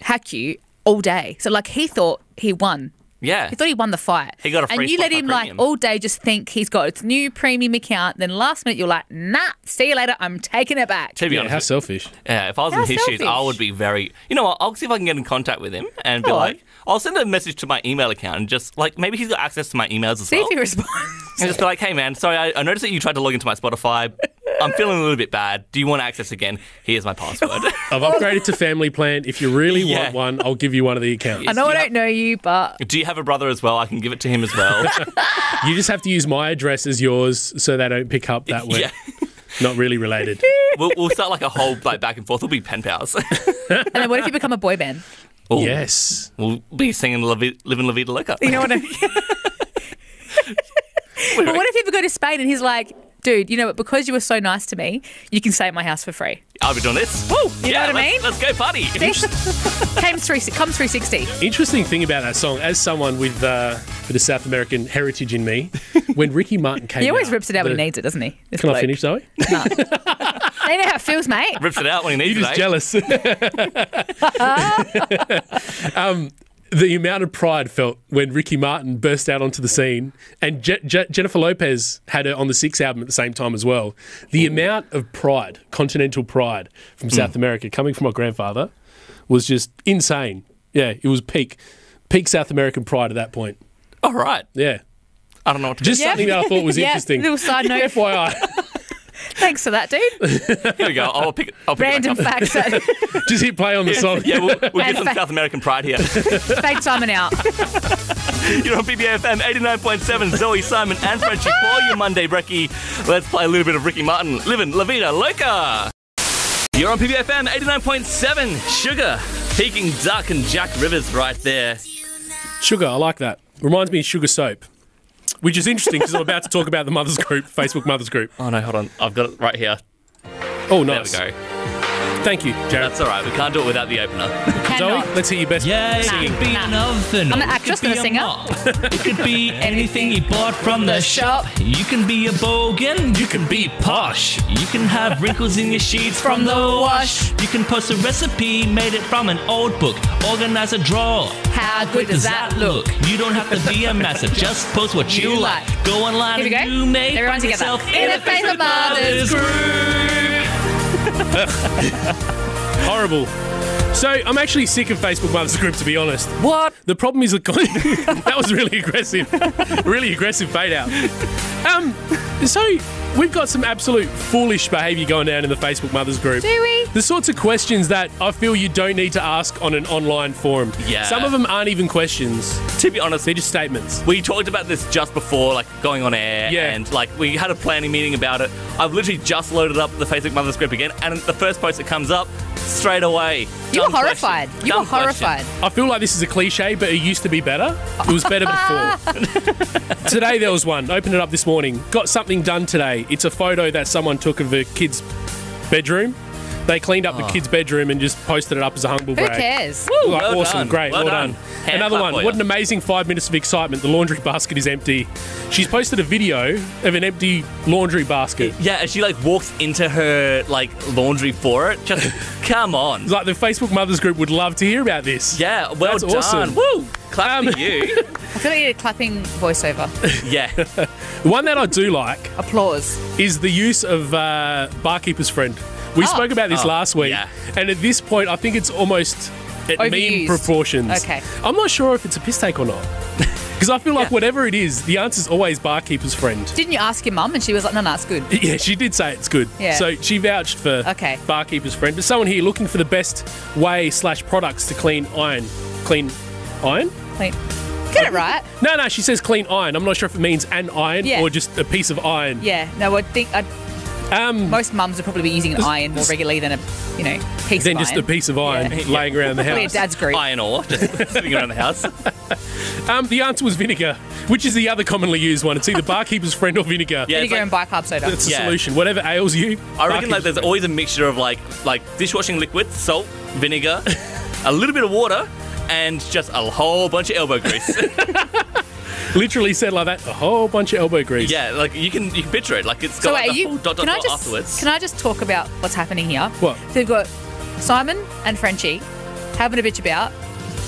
[SPEAKER 7] hack you all day. So like he thought he won.
[SPEAKER 5] yeah.
[SPEAKER 7] He thought he won the fight.
[SPEAKER 5] He got a free
[SPEAKER 7] And you let
[SPEAKER 5] Spotify
[SPEAKER 7] him
[SPEAKER 5] premium.
[SPEAKER 7] like all day just think he's got its new premium account. Then last minute you're like, nah, see you later. I'm taking it back.
[SPEAKER 5] to be
[SPEAKER 8] Yeah, how
[SPEAKER 5] honest,
[SPEAKER 8] selfish.
[SPEAKER 5] yeah, if I was in
[SPEAKER 7] how
[SPEAKER 5] his shoes, I
[SPEAKER 7] selfish.
[SPEAKER 5] would be very. You know what? I'll see if I can get in contact with him and be
[SPEAKER 7] Go on.
[SPEAKER 5] like, I'll send a message to my email account and just like maybe he's got access to my emails as
[SPEAKER 7] See
[SPEAKER 5] well.
[SPEAKER 7] if he responds. *laughs*
[SPEAKER 5] And just be like, hey man, sorry, I, I noticed that you tried to log into my Spotify. I'm feeling a little bit bad. Do you want access again? Here's my
[SPEAKER 7] *laughs*
[SPEAKER 5] password.
[SPEAKER 8] I've upgraded to family plan. If you really
[SPEAKER 5] Yeah.
[SPEAKER 8] want one, I'll give you one of the accounts.
[SPEAKER 7] I know I
[SPEAKER 5] Yeah.
[SPEAKER 7] don't know you, but
[SPEAKER 5] Do you have a brother as well? I can give it to him as well.
[SPEAKER 8] You just have to use my address as yours, so they don't pick up that way.
[SPEAKER 5] yeah.
[SPEAKER 8] Not really related.
[SPEAKER 7] *laughs*
[SPEAKER 5] We'll, we'll start like a whole like back and forth. We'll be pen pals. *laughs*
[SPEAKER 7] and then what if you become a boy band?
[SPEAKER 5] Ooh.
[SPEAKER 8] yes.
[SPEAKER 5] We'll be singing La Vi- Living La Vida Loca.
[SPEAKER 7] You know what
[SPEAKER 5] *laughs*
[SPEAKER 7] *laughs* I mean? but what if people go to Spain and he's like, dude, you know what? Because you were so nice to me, you can stay at my house for free.
[SPEAKER 5] *laughs* I'll be doing this. Woo! You
[SPEAKER 7] know what I mean?
[SPEAKER 5] Let's, go party.
[SPEAKER 7] See? Came three, comes 360.
[SPEAKER 8] Interesting thing about that song, as someone with uh, bit of South American heritage in
[SPEAKER 7] *laughs*
[SPEAKER 8] me, when Ricky Martin came,
[SPEAKER 7] He always
[SPEAKER 8] out,
[SPEAKER 7] rips it out when
[SPEAKER 8] the-
[SPEAKER 7] he needs it, doesn't he? This
[SPEAKER 8] Can I
[SPEAKER 7] bloke.
[SPEAKER 8] finish, Zoe? You're
[SPEAKER 7] No. you know how it feels, mate.
[SPEAKER 5] Rips it out when he needs
[SPEAKER 8] just
[SPEAKER 5] it. eh?
[SPEAKER 8] jealous. *laughs* um, Um, the amount of pride felt when Ricky Martin burst out onto the scene, and Je- Je- Jennifer Lopez had her on the Six album at the same time as well. The amount of pride, continental pride from South America coming from my grandfather, was just insane. Yeah, it was peak, peak South American pride at that point.
[SPEAKER 5] All right.
[SPEAKER 8] Yeah.
[SPEAKER 5] I don't know what to
[SPEAKER 8] Just
[SPEAKER 7] Yeah.
[SPEAKER 8] something that I thought was
[SPEAKER 7] *laughs* Yeah,
[SPEAKER 8] interesting.
[SPEAKER 7] little
[SPEAKER 8] *laughs*
[SPEAKER 7] side note. *laughs*
[SPEAKER 8] FYI,
[SPEAKER 7] Thanks for that,
[SPEAKER 8] *laughs*
[SPEAKER 7] dude.
[SPEAKER 5] Here we go. I'll pick. I'll pick
[SPEAKER 7] Random
[SPEAKER 5] it back up.
[SPEAKER 7] facts.
[SPEAKER 8] just hit play on the song.
[SPEAKER 5] Yeah, we'll, we'll get
[SPEAKER 7] Random
[SPEAKER 5] some
[SPEAKER 7] fact.
[SPEAKER 5] South American pride
[SPEAKER 7] *laughs*
[SPEAKER 5] here.
[SPEAKER 7] Fade Simon
[SPEAKER 5] *laughs*
[SPEAKER 7] out.
[SPEAKER 5] You're on PBFM 89.7. Zoe, Simon, and Frenchie for your Monday brekkie. Let's play a little bit of Ricky Martin, Livin' La Vida Loca. You're on PBFM 89.7. Sugar, Peking Duck, and Jack Rivers right there.
[SPEAKER 8] Sugar, I like that. Reminds me of Sugar Soap, which is interesting because I'm about to talk about the mothers group, Facebook mothers group.
[SPEAKER 5] Oh no, hold on. I've got it right here. There
[SPEAKER 8] Oh,
[SPEAKER 5] we
[SPEAKER 8] nice.
[SPEAKER 5] go.
[SPEAKER 8] Thank you, Jared.
[SPEAKER 5] That's all right. We can't do it without the opener.
[SPEAKER 7] Cannot.
[SPEAKER 8] Zoe, let's hear your best.
[SPEAKER 1] Yeah, it could be
[SPEAKER 7] nah.
[SPEAKER 1] nothing.
[SPEAKER 7] I'm
[SPEAKER 1] It
[SPEAKER 7] an actress,
[SPEAKER 1] could be
[SPEAKER 7] not a singer.
[SPEAKER 1] mop. It could be
[SPEAKER 7] *laughs*
[SPEAKER 1] anything you bought from the shop. You can be a bogan. You can be posh. You can have wrinkles in your sheets from the wash. You can post a recipe made it from an old book. Organize a drawer.
[SPEAKER 7] How good does that look?
[SPEAKER 1] You don't have to
[SPEAKER 7] *laughs*
[SPEAKER 1] be a master. Just post what you,
[SPEAKER 7] You
[SPEAKER 1] like.
[SPEAKER 7] like.
[SPEAKER 1] Go online
[SPEAKER 7] Here we
[SPEAKER 1] and
[SPEAKER 7] go.
[SPEAKER 1] you may
[SPEAKER 7] Everyone
[SPEAKER 1] find
[SPEAKER 7] together.
[SPEAKER 1] yourself
[SPEAKER 7] In a Facebook mother's
[SPEAKER 1] group.
[SPEAKER 8] Horrible. So I'm actually sick of Facebook Mother's Group, to be honest.
[SPEAKER 5] What?
[SPEAKER 8] The problem is the con- *laughs* that was really aggressive, really aggressive fade out. Um, so we've got some absolute foolish behaviour going down in the Facebook Mothers Group.
[SPEAKER 9] Do we?
[SPEAKER 8] The sorts of questions that I feel you don't need to ask on an online forum.
[SPEAKER 5] Yeah.
[SPEAKER 8] Some of them aren't even questions;
[SPEAKER 5] To be honest,
[SPEAKER 8] they're just statements.
[SPEAKER 5] we talked about this just before, like going on air,
[SPEAKER 8] Yeah.
[SPEAKER 5] and like we had a planning meeting about it. I've literally just loaded up the Facebook Mother script again, and the first post that comes up straight away.
[SPEAKER 7] You were
[SPEAKER 5] dumb question,
[SPEAKER 7] horrified. You were
[SPEAKER 5] dumb question.
[SPEAKER 7] horrified.
[SPEAKER 8] I feel like this is a cliche, but it used to be better. It was better before.
[SPEAKER 7] *laughs*
[SPEAKER 8] *laughs* today there was one. Opened it up this morning. Got something done today. It's a photo that someone took of a kid's bedroom. They cleaned up the kid's bedroom and just posted it up as a humble
[SPEAKER 7] Who
[SPEAKER 8] brag.
[SPEAKER 7] cares?
[SPEAKER 8] Like,
[SPEAKER 5] Oh. Well
[SPEAKER 8] awesome,
[SPEAKER 5] done.
[SPEAKER 8] great,
[SPEAKER 5] Well
[SPEAKER 8] well,
[SPEAKER 5] done.
[SPEAKER 8] done.
[SPEAKER 5] Hand
[SPEAKER 8] Another
[SPEAKER 5] clap
[SPEAKER 8] one.
[SPEAKER 5] for
[SPEAKER 8] What
[SPEAKER 5] you.
[SPEAKER 8] an amazing five minutes of excitement. The laundry basket is empty. She's posted a video of an empty laundry basket.
[SPEAKER 5] Yeah, and she like walks into her like laundry for it.
[SPEAKER 8] *laughs*
[SPEAKER 5] Just come on.
[SPEAKER 8] Like the Facebook Mothers Group would love to hear about this.
[SPEAKER 5] Yeah, well
[SPEAKER 8] That's
[SPEAKER 5] done.
[SPEAKER 8] awesome. Um,
[SPEAKER 5] Woo! Clap for
[SPEAKER 8] *laughs*
[SPEAKER 5] you.
[SPEAKER 7] I feel like you need a clapping voiceover.
[SPEAKER 5] *laughs* Yeah.
[SPEAKER 8] The one that I do like
[SPEAKER 7] Applause.
[SPEAKER 8] is the use of uh, barkeeper's friend. We spoke about this
[SPEAKER 5] Oh,
[SPEAKER 8] last week,
[SPEAKER 5] yeah.
[SPEAKER 8] and at this point, I think it's almost at meme
[SPEAKER 7] Overused.
[SPEAKER 8] proportions.
[SPEAKER 7] Okay.
[SPEAKER 8] I'm not sure if it's a piss take or not. *laughs* Because I feel like whatever it is, the answer's always barkeeper's friend.
[SPEAKER 7] Didn't you ask your mum? And she was like, no, no, it's good.
[SPEAKER 8] *laughs* Yeah, she did say it's good.
[SPEAKER 7] Yeah.
[SPEAKER 8] So she vouched for
[SPEAKER 7] Okay.
[SPEAKER 8] barkeeper's friend. But someone here looking for the best way slash products to clean iron. Clean iron?
[SPEAKER 7] Like, Get it right.
[SPEAKER 8] No, no, she says clean iron. I'm not sure if it means an iron
[SPEAKER 7] Yeah.
[SPEAKER 8] or just a piece of iron.
[SPEAKER 7] Yeah. No, I think I'd,
[SPEAKER 8] Um,
[SPEAKER 7] most mums would probably be using an iron more regularly than a, you know, piece
[SPEAKER 8] then
[SPEAKER 7] of
[SPEAKER 8] just
[SPEAKER 7] iron.
[SPEAKER 8] a piece of iron laying around
[SPEAKER 7] *laughs*
[SPEAKER 8] the
[SPEAKER 7] Probably a
[SPEAKER 8] house.
[SPEAKER 7] dad's group.
[SPEAKER 5] Iron ore just *laughs*
[SPEAKER 8] *laughs*
[SPEAKER 5] sitting around the house.
[SPEAKER 8] Um, the answer was vinegar, which is the other commonly used one. It's either barkeeper's friend or vinegar.
[SPEAKER 5] Yeah,
[SPEAKER 7] Vinegar
[SPEAKER 5] it's like-
[SPEAKER 7] and bicarb soda.
[SPEAKER 8] That's the
[SPEAKER 5] Yeah.
[SPEAKER 8] solution. Whatever ails you.
[SPEAKER 5] I reckon like
[SPEAKER 8] barkeeper's
[SPEAKER 5] there's
[SPEAKER 8] friend.
[SPEAKER 5] always a mixture of like like dishwashing liquid, salt,
[SPEAKER 8] *laughs*
[SPEAKER 5] vinegar, a little bit of water, and just a whole bunch of elbow grease.
[SPEAKER 8] literally said like that. A whole bunch of elbow grease.
[SPEAKER 5] yeah, like you can you can picture it. Like it's got
[SPEAKER 7] So
[SPEAKER 5] like,
[SPEAKER 7] wait, are
[SPEAKER 5] the
[SPEAKER 7] you?
[SPEAKER 5] whole dot dot
[SPEAKER 7] can I
[SPEAKER 5] dot
[SPEAKER 7] just
[SPEAKER 5] afterwards.
[SPEAKER 7] can I just talk about what's happening here?
[SPEAKER 8] What?
[SPEAKER 7] They've got Simon and Frenchie having a bitch about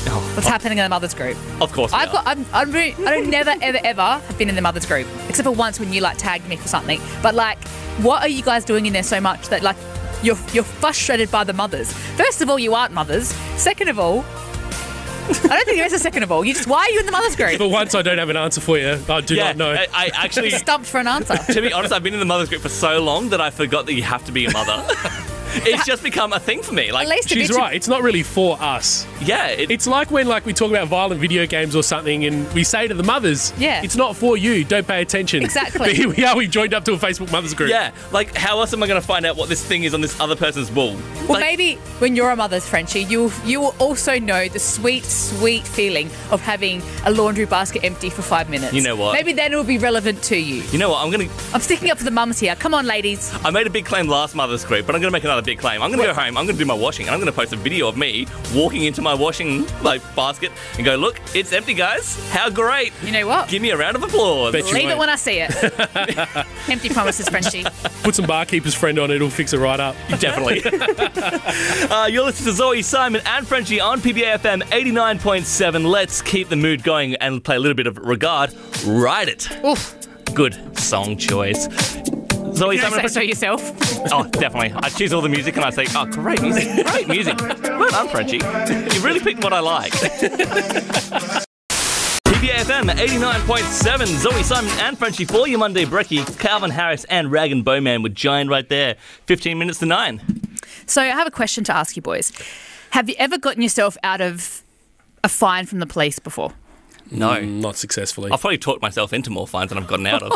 [SPEAKER 5] Oh.
[SPEAKER 7] what's happening in the mothers group.
[SPEAKER 5] of course. we
[SPEAKER 7] I've
[SPEAKER 5] are.
[SPEAKER 7] got I'm, I'm really, I don't never ever ever have been in the mothers group except for once when you like tagged me for something. But like, what are you guys doing in there so much that like you're you're frustrated by the mothers? First of all, you aren't mothers. Second of all. I don't think there is a second of all. You just why are you in the mothers
[SPEAKER 8] But
[SPEAKER 7] group?
[SPEAKER 8] once I don't have an answer for you, I do
[SPEAKER 5] yeah, Uh,
[SPEAKER 8] not know.
[SPEAKER 5] I,
[SPEAKER 7] *laughs*
[SPEAKER 5] I actually
[SPEAKER 7] Stumped for an answer.
[SPEAKER 5] to be honest, I've been in the mother's group for so long that I forgot that you have to be a
[SPEAKER 7] *laughs*
[SPEAKER 5] mother. it's just become a thing for me. Like
[SPEAKER 7] At least a
[SPEAKER 8] She's
[SPEAKER 7] bitch-
[SPEAKER 8] right. It's not really for us.
[SPEAKER 5] yeah, it,
[SPEAKER 8] It's like when like we talk about violent video games or something, and we say to the mothers,
[SPEAKER 7] Yeah.
[SPEAKER 8] it's not for you. Don't pay attention."
[SPEAKER 7] Exactly.
[SPEAKER 8] But *laughs* here we are. We joined up to a Facebook mothers group.
[SPEAKER 5] yeah. Like how else am I going to find out what this thing is on this other person's wall?
[SPEAKER 7] Well,
[SPEAKER 5] Like,
[SPEAKER 7] maybe when you're a mother's Frenchie, you you will also know the sweet, sweet feeling of having a laundry basket empty for five minutes.
[SPEAKER 5] You know what?
[SPEAKER 7] Maybe then it will be relevant to you.
[SPEAKER 5] You know what? I'm gonna.
[SPEAKER 7] I'm sticking up for the mums here. Come on, ladies.
[SPEAKER 5] I made a big claim last mother's group, but I'm gonna make another big claim. I'm gonna go home. I'm gonna do my washing, and I'm gonna post a video of me walking into my washing like basket and go, "Look, it's empty, guys. How great!
[SPEAKER 7] You know what?
[SPEAKER 5] Give me a round of applause."
[SPEAKER 8] Bet you
[SPEAKER 7] Leave it
[SPEAKER 8] won't.
[SPEAKER 7] when I see it. empty promises, Frenchie.
[SPEAKER 8] Put some barkeeper's friend on it. It'll fix it right up.
[SPEAKER 5] Definitely. uh, you're listening to Zoe, Simon, and Frenchie on PBAFM 89.7. Let's keep the mood going and play a little bit of Regard. Ride it.
[SPEAKER 7] Oof.
[SPEAKER 5] Good song choice. Zoe,
[SPEAKER 7] Don't
[SPEAKER 5] Simon,
[SPEAKER 7] say
[SPEAKER 5] and
[SPEAKER 7] so yourself.
[SPEAKER 5] Frenchie- Oh, definitely. I choose all the music and I say, oh, great music. Great music. Well done, Frenchie. You really picked what I like. *laughs* PBAFM 89.7. Zoe, Simon, and Frenchie for your Monday brekkie. Calvin Harris and Rag and Bowman with Giant right there. 15 minutes to 9.
[SPEAKER 7] So I have a question to ask you boys. Have you ever gotten yourself out of a fine from the police before?
[SPEAKER 5] No.
[SPEAKER 8] *laughs* Not successfully.
[SPEAKER 5] I've probably talked myself into more fines than I've gotten
[SPEAKER 8] *laughs*
[SPEAKER 5] out of.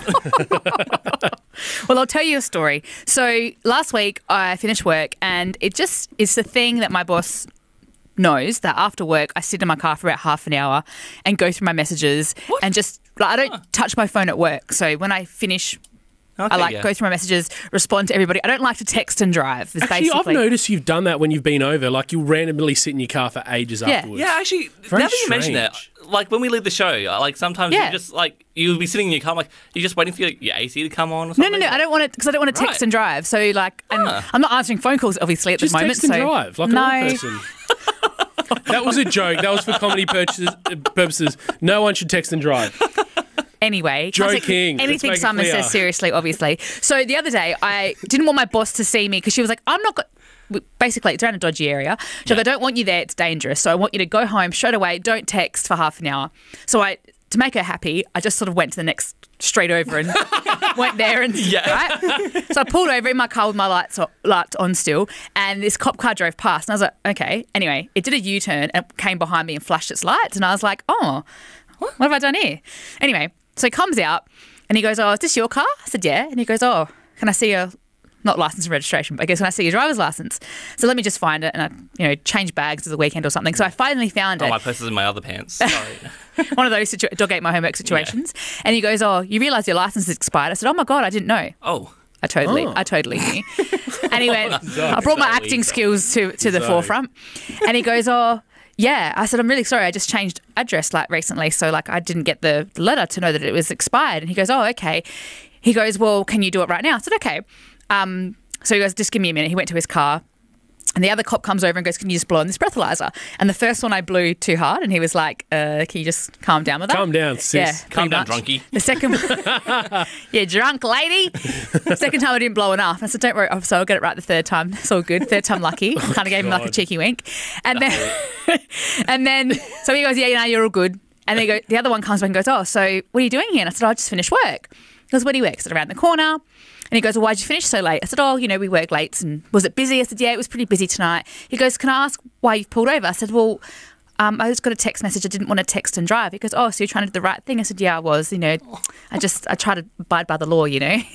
[SPEAKER 7] Well, I'll tell you a story. So last week I finished work, and it just is the thing that my boss knows that after work I sit in my car for about half an hour and go through my messages and just like, I don't touch my phone at work. So when I finish, I like go through my messages, respond to everybody. I don't like to text and drive. Is
[SPEAKER 8] Actually,
[SPEAKER 7] basically
[SPEAKER 8] I've noticed you've done that when you've been over. Like you randomly sit in your car for ages
[SPEAKER 7] Yeah.
[SPEAKER 8] afterwards.
[SPEAKER 5] Yeah, actually,
[SPEAKER 8] Very
[SPEAKER 5] now that you mention that,
[SPEAKER 8] strange.
[SPEAKER 5] like when we leave the show, I- like sometimes
[SPEAKER 7] Yeah.
[SPEAKER 5] you just like you'll be sitting in your car, like you're just waiting for your, your AC to come on. or
[SPEAKER 7] No,
[SPEAKER 5] something.
[SPEAKER 7] no, no. I don't want it because I don't want to text
[SPEAKER 5] Right.
[SPEAKER 7] and drive. So like, and
[SPEAKER 5] Ah.
[SPEAKER 7] I'm not answering phone calls obviously at
[SPEAKER 8] Just
[SPEAKER 7] the moment.
[SPEAKER 8] text and
[SPEAKER 7] so
[SPEAKER 8] drive like
[SPEAKER 7] no,
[SPEAKER 8] an old person. that was a joke. That was for comedy purchases, uh, purposes. No one should text and drive.
[SPEAKER 7] Anyway,
[SPEAKER 8] Joe
[SPEAKER 7] classic-
[SPEAKER 8] King. Let's
[SPEAKER 7] Anything
[SPEAKER 8] make it
[SPEAKER 7] Simon
[SPEAKER 8] clear.
[SPEAKER 7] says seriously, obviously. So the other day, I didn't want my boss to see me because she was like, "I'm not." Go- w- basically it's around a dodgy area. She's like, I don't want you there. It's dangerous. So I want you to go home straight away. Don't text for half an hour. So I, to make her happy, I just sort of went to the next street over and *laughs* went there and right. So I pulled over in my car with my lights o- lights on still, and this cop car drove past, and I was like, okay. Anyway, it did a U turn and came behind me and flashed its lights, and I was like, oh, what have I done here? Anyway, so he comes out and he goes, Oh, is this your car? I said, Yeah. And he goes, Oh, can I see your not license and registration, but I guess when I see your driver's license. So let me just find it and I, you know, change bags to the weekend or something. So I finally found
[SPEAKER 5] Oh,
[SPEAKER 7] it.
[SPEAKER 5] my purse is in my other
[SPEAKER 7] *laughs*
[SPEAKER 5] pants. Sorry.
[SPEAKER 7] One of those situa- dog ate my homework situations. And he goes, Oh, you realise your license is expired? I said, Oh my God, I didn't know.
[SPEAKER 5] oh.
[SPEAKER 7] I totally, I totally knew. and he went, I brought my
[SPEAKER 5] Zoe, Zoe.
[SPEAKER 7] acting skills to, to the
[SPEAKER 8] Zoe.
[SPEAKER 7] forefront. And he goes, Oh, yeah. I said, I'm really sorry. I just changed address like recently. So, like, I didn't get the letter to know that it was expired. And he goes, Oh, okay. He goes, Well, can you do it right now? I said, Okay. Um, so he goes, Just give me a minute. He went to his car. And the other cop comes over and goes, Can you just blow on this breathalyzer? And the first one I blew too hard. And he was like, uh, Can you just calm down with that?
[SPEAKER 8] Calm down, sis.
[SPEAKER 5] Calm
[SPEAKER 7] pretty
[SPEAKER 5] down,
[SPEAKER 7] much.
[SPEAKER 5] drunkie.
[SPEAKER 7] The second,
[SPEAKER 5] *laughs*
[SPEAKER 7] *laughs* yeah, drunk lady. Second time I didn't blow enough. I said, "Don't worry, officer, I'll get it right the third time. It's all good. Third
[SPEAKER 5] *laughs*
[SPEAKER 7] time lucky."
[SPEAKER 5] Oh,
[SPEAKER 7] kind of gave him like a
[SPEAKER 8] God.
[SPEAKER 7] cheeky wink, and then, *laughs* and then, so he goes, "Yeah, you know, you're all good." And then he go, the other one comes back and goes, "Oh, so what are you doing here?" And I said, "I just finished work." He goes, "Where do you work?" I said, "Around the corner." And he goes, well, why'd you finish so late? I said, oh, you know, we work late. And was it busy? I said, yeah, it was pretty busy tonight. He goes, can I ask why you've pulled over? I said, well, um, I just got a text message. I didn't want to text and drive. He goes, oh, so you're trying to do the right thing? I said, yeah, I was. You know, I just, I try to abide by the law, you know. *laughs*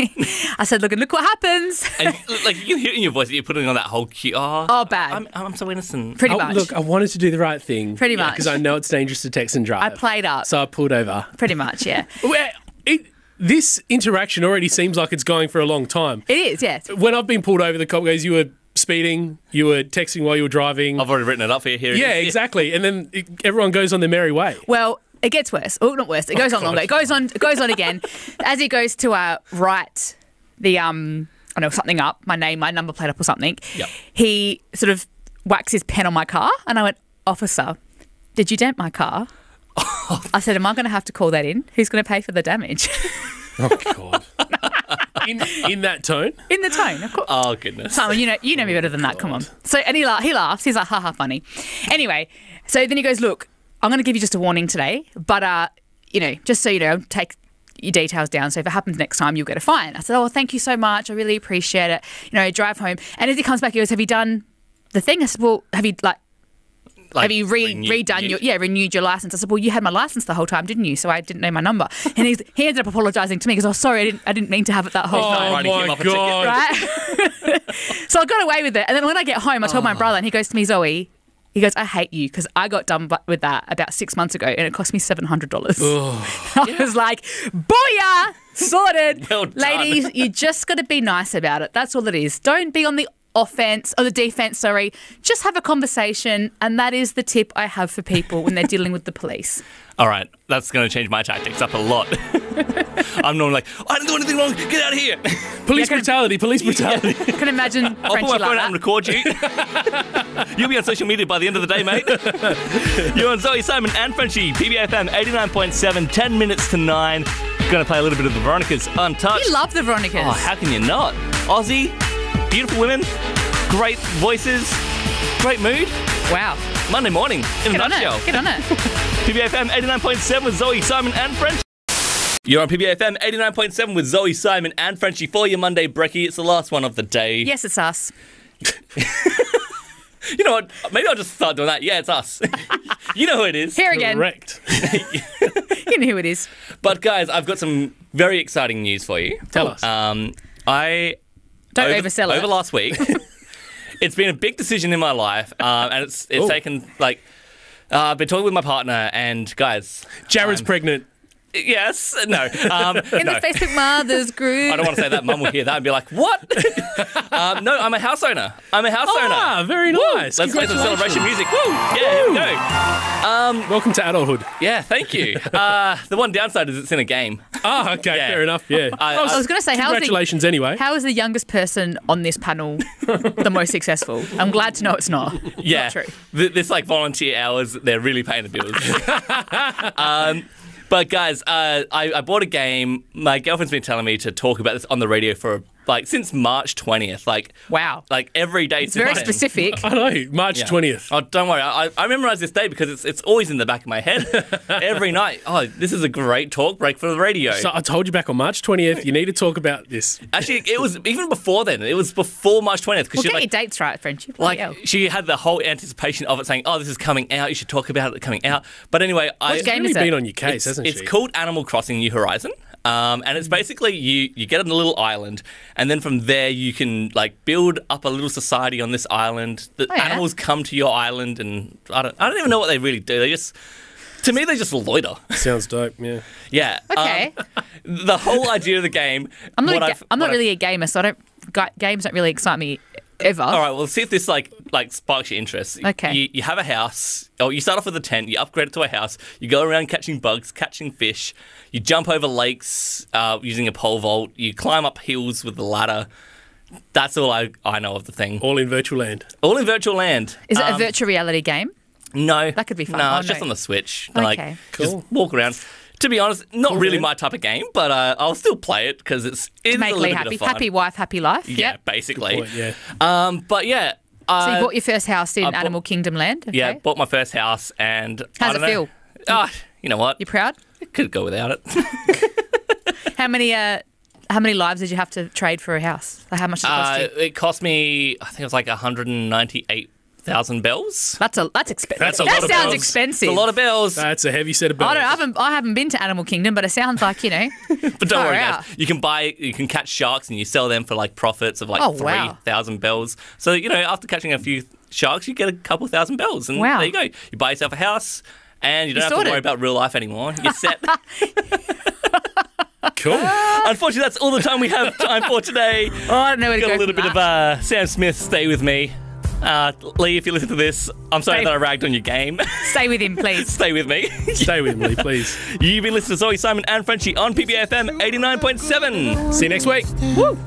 [SPEAKER 7] I said, look, and look what happens.
[SPEAKER 5] And like you can hear it in your voice, that you're putting on that whole cute. Oh,
[SPEAKER 7] Oh, bad.
[SPEAKER 5] I'm, I'm so innocent.
[SPEAKER 7] Pretty
[SPEAKER 8] Oh,
[SPEAKER 7] much.
[SPEAKER 8] Look, I wanted to do the right thing.
[SPEAKER 7] Pretty much.
[SPEAKER 8] Because I know it's dangerous to text and drive.
[SPEAKER 7] I played up.
[SPEAKER 8] So I pulled over.
[SPEAKER 7] Pretty much, yeah.
[SPEAKER 8] Well, it, this interaction already seems like it's going for a long time.
[SPEAKER 7] It is, yes.
[SPEAKER 8] When I've been pulled over, the cop goes, You were speeding, you were texting while you were driving.
[SPEAKER 5] I've already written it up for you. Here. it
[SPEAKER 8] yeah,
[SPEAKER 5] is.
[SPEAKER 8] exactly. And then it, everyone goes on their merry way.
[SPEAKER 7] Well, it gets worse. Oh, not worse. It goes on longer. It goes on. It goes on again. As he goes to uh, write the um, I don't know something up, my name, my number plate up, or something.
[SPEAKER 5] Yep.
[SPEAKER 7] He sort of whacks his pen on my car, and I went, "Officer, did you dent my car?" I said, "Am I going to have to call that in? Who's going to pay for the damage?" *laughs*
[SPEAKER 8] Oh, God. in, in that tone?
[SPEAKER 7] in the tone, of course.
[SPEAKER 5] Oh goodness.
[SPEAKER 7] Simon, you know you know me better than that. Come on. So and he la- he laughs. He's like, ha ha, funny. Anyway, so then he goes, look, I'm going to give you just a warning today, but uh, you know, just so you know, take your details down. So if it happens next time, you'll get a fine. I said, oh, well, thank you so much. I really appreciate it. You know, drive home. And as he comes back, he goes, have you done the thing? I said, well, have you like
[SPEAKER 5] Like,
[SPEAKER 7] have you re-
[SPEAKER 5] renew-
[SPEAKER 7] redone your yeah renewed your license? I said, well, you had my license the whole time, didn't you? So I didn't know my number. And he's, he ended up apologising to me because I was sorry, I didn't I didn't mean to have it that whole time
[SPEAKER 8] Oh,
[SPEAKER 5] Right, he came
[SPEAKER 8] my
[SPEAKER 5] off a ticket.
[SPEAKER 8] God.
[SPEAKER 7] right? so I got away with it. And then when I get home, I told
[SPEAKER 5] Ah.
[SPEAKER 7] my brother, and he goes to me, Zoe, he goes, I hate you because I got done bu- with that about six months ago and it cost me $700. *laughs* I was like, booyah, sorted.
[SPEAKER 5] Well done.
[SPEAKER 7] Ladies, you just got to be nice about it. That's all it is. Don't be on the offense or the defense, sorry. Just have a conversation. And that is the tip I have for people when they're dealing with the police.
[SPEAKER 5] *laughs* All right, that's going to change my tactics up a lot. *laughs* I'm normally like, I didn't do anything wrong. Get out of here.
[SPEAKER 8] Police brutality, police brutality.
[SPEAKER 7] *laughs* I can imagine
[SPEAKER 5] *laughs* I'll
[SPEAKER 7] Frenchie
[SPEAKER 5] put my phone
[SPEAKER 7] like
[SPEAKER 5] out and
[SPEAKER 7] that.
[SPEAKER 5] record you.
[SPEAKER 7] *laughs*
[SPEAKER 5] You'll be on social media by the end of the day, mate. You're on Zoe Simon and Frenchie, PBFM 89.7, 10 minutes to 9. Gonna play a little bit of the Veronicas Untouched.
[SPEAKER 7] You love the Veronicas.
[SPEAKER 5] Oh, how can you not? Aussie, beautiful women, great voices, great mood.
[SPEAKER 7] wow.
[SPEAKER 5] Monday morning in
[SPEAKER 7] Get
[SPEAKER 5] a
[SPEAKER 7] on
[SPEAKER 5] nutshell.
[SPEAKER 7] it. Get on it.
[SPEAKER 5] PBFM 89.7 with Zoe, Simon, and French. You're on PBFM 89.7 with Zoe, Simon, and Frenchie for your Monday brekkie. It's the last one of the day.
[SPEAKER 7] Yes, it's us.
[SPEAKER 5] You know what? Maybe I'll just start doing that. Yeah, it's us. *laughs* you know who it is.
[SPEAKER 7] Here again.
[SPEAKER 8] Correct.
[SPEAKER 7] You know who it is.
[SPEAKER 5] But guys, I've got some very exciting news for you.
[SPEAKER 8] Tell us.
[SPEAKER 5] Um, I
[SPEAKER 7] Don't
[SPEAKER 5] over,
[SPEAKER 7] oversell it.
[SPEAKER 5] Over last week, *laughs* it's been a big decision in my life, um, and it's it's
[SPEAKER 8] Ooh.
[SPEAKER 5] taken like uh, I've been talking with my partner, and guys,
[SPEAKER 8] Jared's
[SPEAKER 5] I'm-
[SPEAKER 8] pregnant.
[SPEAKER 5] yes, no, um,
[SPEAKER 7] In
[SPEAKER 5] no.
[SPEAKER 7] the Facebook
[SPEAKER 5] *laughs*
[SPEAKER 7] Mothers group.
[SPEAKER 5] I don't want to say that. Mum will hear that and be like,
[SPEAKER 8] *laughs*
[SPEAKER 5] "What?" um, no, I'm a house owner. I'm a house owner.
[SPEAKER 8] Ah, very nice.
[SPEAKER 5] Let's play some celebration music. Woo! Yeah, here we go. Um,
[SPEAKER 8] Welcome to adulthood.
[SPEAKER 5] Yeah, thank you. Uh, the one downside is it's in a game.
[SPEAKER 8] Ah, okay,
[SPEAKER 5] Yeah.
[SPEAKER 8] fair enough. Yeah.
[SPEAKER 5] I-
[SPEAKER 7] I was going to say, how's the,
[SPEAKER 8] Congratulations, anyway.
[SPEAKER 7] how is the youngest person on this panel the
[SPEAKER 5] *laughs*
[SPEAKER 7] most successful? I'm glad to know it's not.
[SPEAKER 5] Yeah,
[SPEAKER 7] Not true.
[SPEAKER 5] Th- this like volunteer hours, they're really paying the Um, bills. um, *laughs* but guys, uh, I, I bought a game. My girlfriend's been telling me to talk about this on the radio for like since March 20th. Like
[SPEAKER 7] Wow.
[SPEAKER 5] like uh, every day.
[SPEAKER 7] It's very specific.
[SPEAKER 8] I know, March twentieth.
[SPEAKER 5] Oh, don't worry. I, I- I memorize this day because it's it's always in the back of my
[SPEAKER 8] *laughs*
[SPEAKER 5] head every night. Oh, this is a great talk break for the radio.
[SPEAKER 8] So I told you back on March twentieth. You need to talk about this.
[SPEAKER 5] Actually, it was even before then. It was before March 20th because
[SPEAKER 7] Well,
[SPEAKER 5] she
[SPEAKER 7] get
[SPEAKER 5] like
[SPEAKER 7] your dates right, friendship.
[SPEAKER 5] like
[SPEAKER 7] Bloody hell.
[SPEAKER 5] she had the whole anticipation of it saying, "Oh, this is coming out. You should talk about it coming out." But anyway, I
[SPEAKER 7] Which game
[SPEAKER 8] Really
[SPEAKER 7] is it?
[SPEAKER 8] been on your case,
[SPEAKER 5] it's,
[SPEAKER 8] hasn't
[SPEAKER 5] it's
[SPEAKER 8] she?
[SPEAKER 5] called Animal Crossing New Horizon. Um, and
[SPEAKER 7] Mm-hmm.
[SPEAKER 5] it's basically you you get on a little island, and then from there you can like build up a little society on this island. The
[SPEAKER 7] Oh, yeah.
[SPEAKER 5] animals come to your island, and I don't I don't even know what they really do. They just to me they just loiter. *laughs*
[SPEAKER 8] Sounds dope. Yeah.
[SPEAKER 5] yeah. um,
[SPEAKER 7] Okay.
[SPEAKER 5] the whole idea of the game.
[SPEAKER 7] I'm not.
[SPEAKER 5] what
[SPEAKER 7] A ga-
[SPEAKER 5] I've-
[SPEAKER 7] I'm
[SPEAKER 5] what
[SPEAKER 7] not
[SPEAKER 5] I've-
[SPEAKER 7] really a gamer, so I don't. Ga- games don't really excite me ever.
[SPEAKER 5] All right, well, see if this like like sparks your interest.
[SPEAKER 7] Okay.
[SPEAKER 5] You, you have a house. Oh, you start off with a tent. You upgrade it to a house. You go around catching bugs, catching fish. You jump over lakes uh, using a pole vault. You climb up hills with the ladder. That's all I, I know of the thing.
[SPEAKER 8] All in virtual land.
[SPEAKER 5] All in virtual land.
[SPEAKER 7] Is it a
[SPEAKER 5] Um,
[SPEAKER 7] virtual reality game?
[SPEAKER 5] No,
[SPEAKER 7] That could be fun.
[SPEAKER 5] No,
[SPEAKER 7] Oh,
[SPEAKER 5] it's just
[SPEAKER 7] no.
[SPEAKER 5] on the Switch.
[SPEAKER 7] Okay.
[SPEAKER 5] Like,
[SPEAKER 8] Cool.
[SPEAKER 5] just walk around. To be honest, not really
[SPEAKER 8] man.
[SPEAKER 5] my type of game, but uh, I'll still play it because it's it's
[SPEAKER 7] Make
[SPEAKER 5] a
[SPEAKER 7] Lee
[SPEAKER 5] little
[SPEAKER 7] happy.
[SPEAKER 5] bit of fun.
[SPEAKER 7] Happy wife, happy life.
[SPEAKER 5] yeah,
[SPEAKER 7] Yep.
[SPEAKER 5] basically.
[SPEAKER 8] Well, yeah.
[SPEAKER 5] Um, but yeah.
[SPEAKER 7] So you
[SPEAKER 5] uh,
[SPEAKER 7] bought your first house in
[SPEAKER 5] I bought-
[SPEAKER 7] Animal Kingdom Land. Okay.
[SPEAKER 5] Yeah, bought my first house, and I
[SPEAKER 7] How's
[SPEAKER 5] don't
[SPEAKER 7] it
[SPEAKER 5] know-
[SPEAKER 7] feel?
[SPEAKER 5] Ah, you know what?
[SPEAKER 7] You proud?
[SPEAKER 5] Could go without it.
[SPEAKER 7] How many? Uh, how many lives did you have to trade for a house? Like how much did it *laughs* cost
[SPEAKER 5] Uh,
[SPEAKER 7] you?
[SPEAKER 5] it cost me, I think it was like 198,000 bells.
[SPEAKER 7] That's a that's expensive.
[SPEAKER 8] That's a
[SPEAKER 7] that
[SPEAKER 8] lot of
[SPEAKER 7] sounds
[SPEAKER 8] bills.
[SPEAKER 7] expensive.
[SPEAKER 5] It's a lot of bells,
[SPEAKER 8] That's a heavy set of bells.
[SPEAKER 7] I don't. I haven't. I haven't been to Animal Kingdom, but it sounds like
[SPEAKER 5] *laughs*
[SPEAKER 7] you know.
[SPEAKER 5] but don't worry,
[SPEAKER 7] far
[SPEAKER 5] guys.
[SPEAKER 7] out.
[SPEAKER 5] You can buy, you can catch sharks, and you sell them for like profits of like
[SPEAKER 7] Oh, wow.
[SPEAKER 5] three thousand bells. So you know, after catching a few sharks, you get a couple thousand bells, and
[SPEAKER 7] Wow.
[SPEAKER 5] there you go. You buy yourself a house, and you don't have to
[SPEAKER 7] sorted.
[SPEAKER 5] worry about real life anymore. You're set. *laughs*
[SPEAKER 8] Cool.
[SPEAKER 7] *laughs*
[SPEAKER 5] Unfortunately, that's all the time we have time for today.
[SPEAKER 7] Oh, I don't know where to
[SPEAKER 5] got
[SPEAKER 7] go.
[SPEAKER 5] a little
[SPEAKER 7] from
[SPEAKER 5] bit
[SPEAKER 7] that.
[SPEAKER 5] of uh, Sam Smith. Stay with me, uh, Lee. If you listen to this, I'm sorry
[SPEAKER 7] Stay-
[SPEAKER 5] that I ragged on your game. *laughs*
[SPEAKER 7] Stay with him, please.
[SPEAKER 5] Stay with me. *laughs*
[SPEAKER 8] Stay with me, please.
[SPEAKER 5] You've been listening to Zoe Simon and Frenchie on PBFM 89.7.
[SPEAKER 8] See you next week.
[SPEAKER 7] Woo.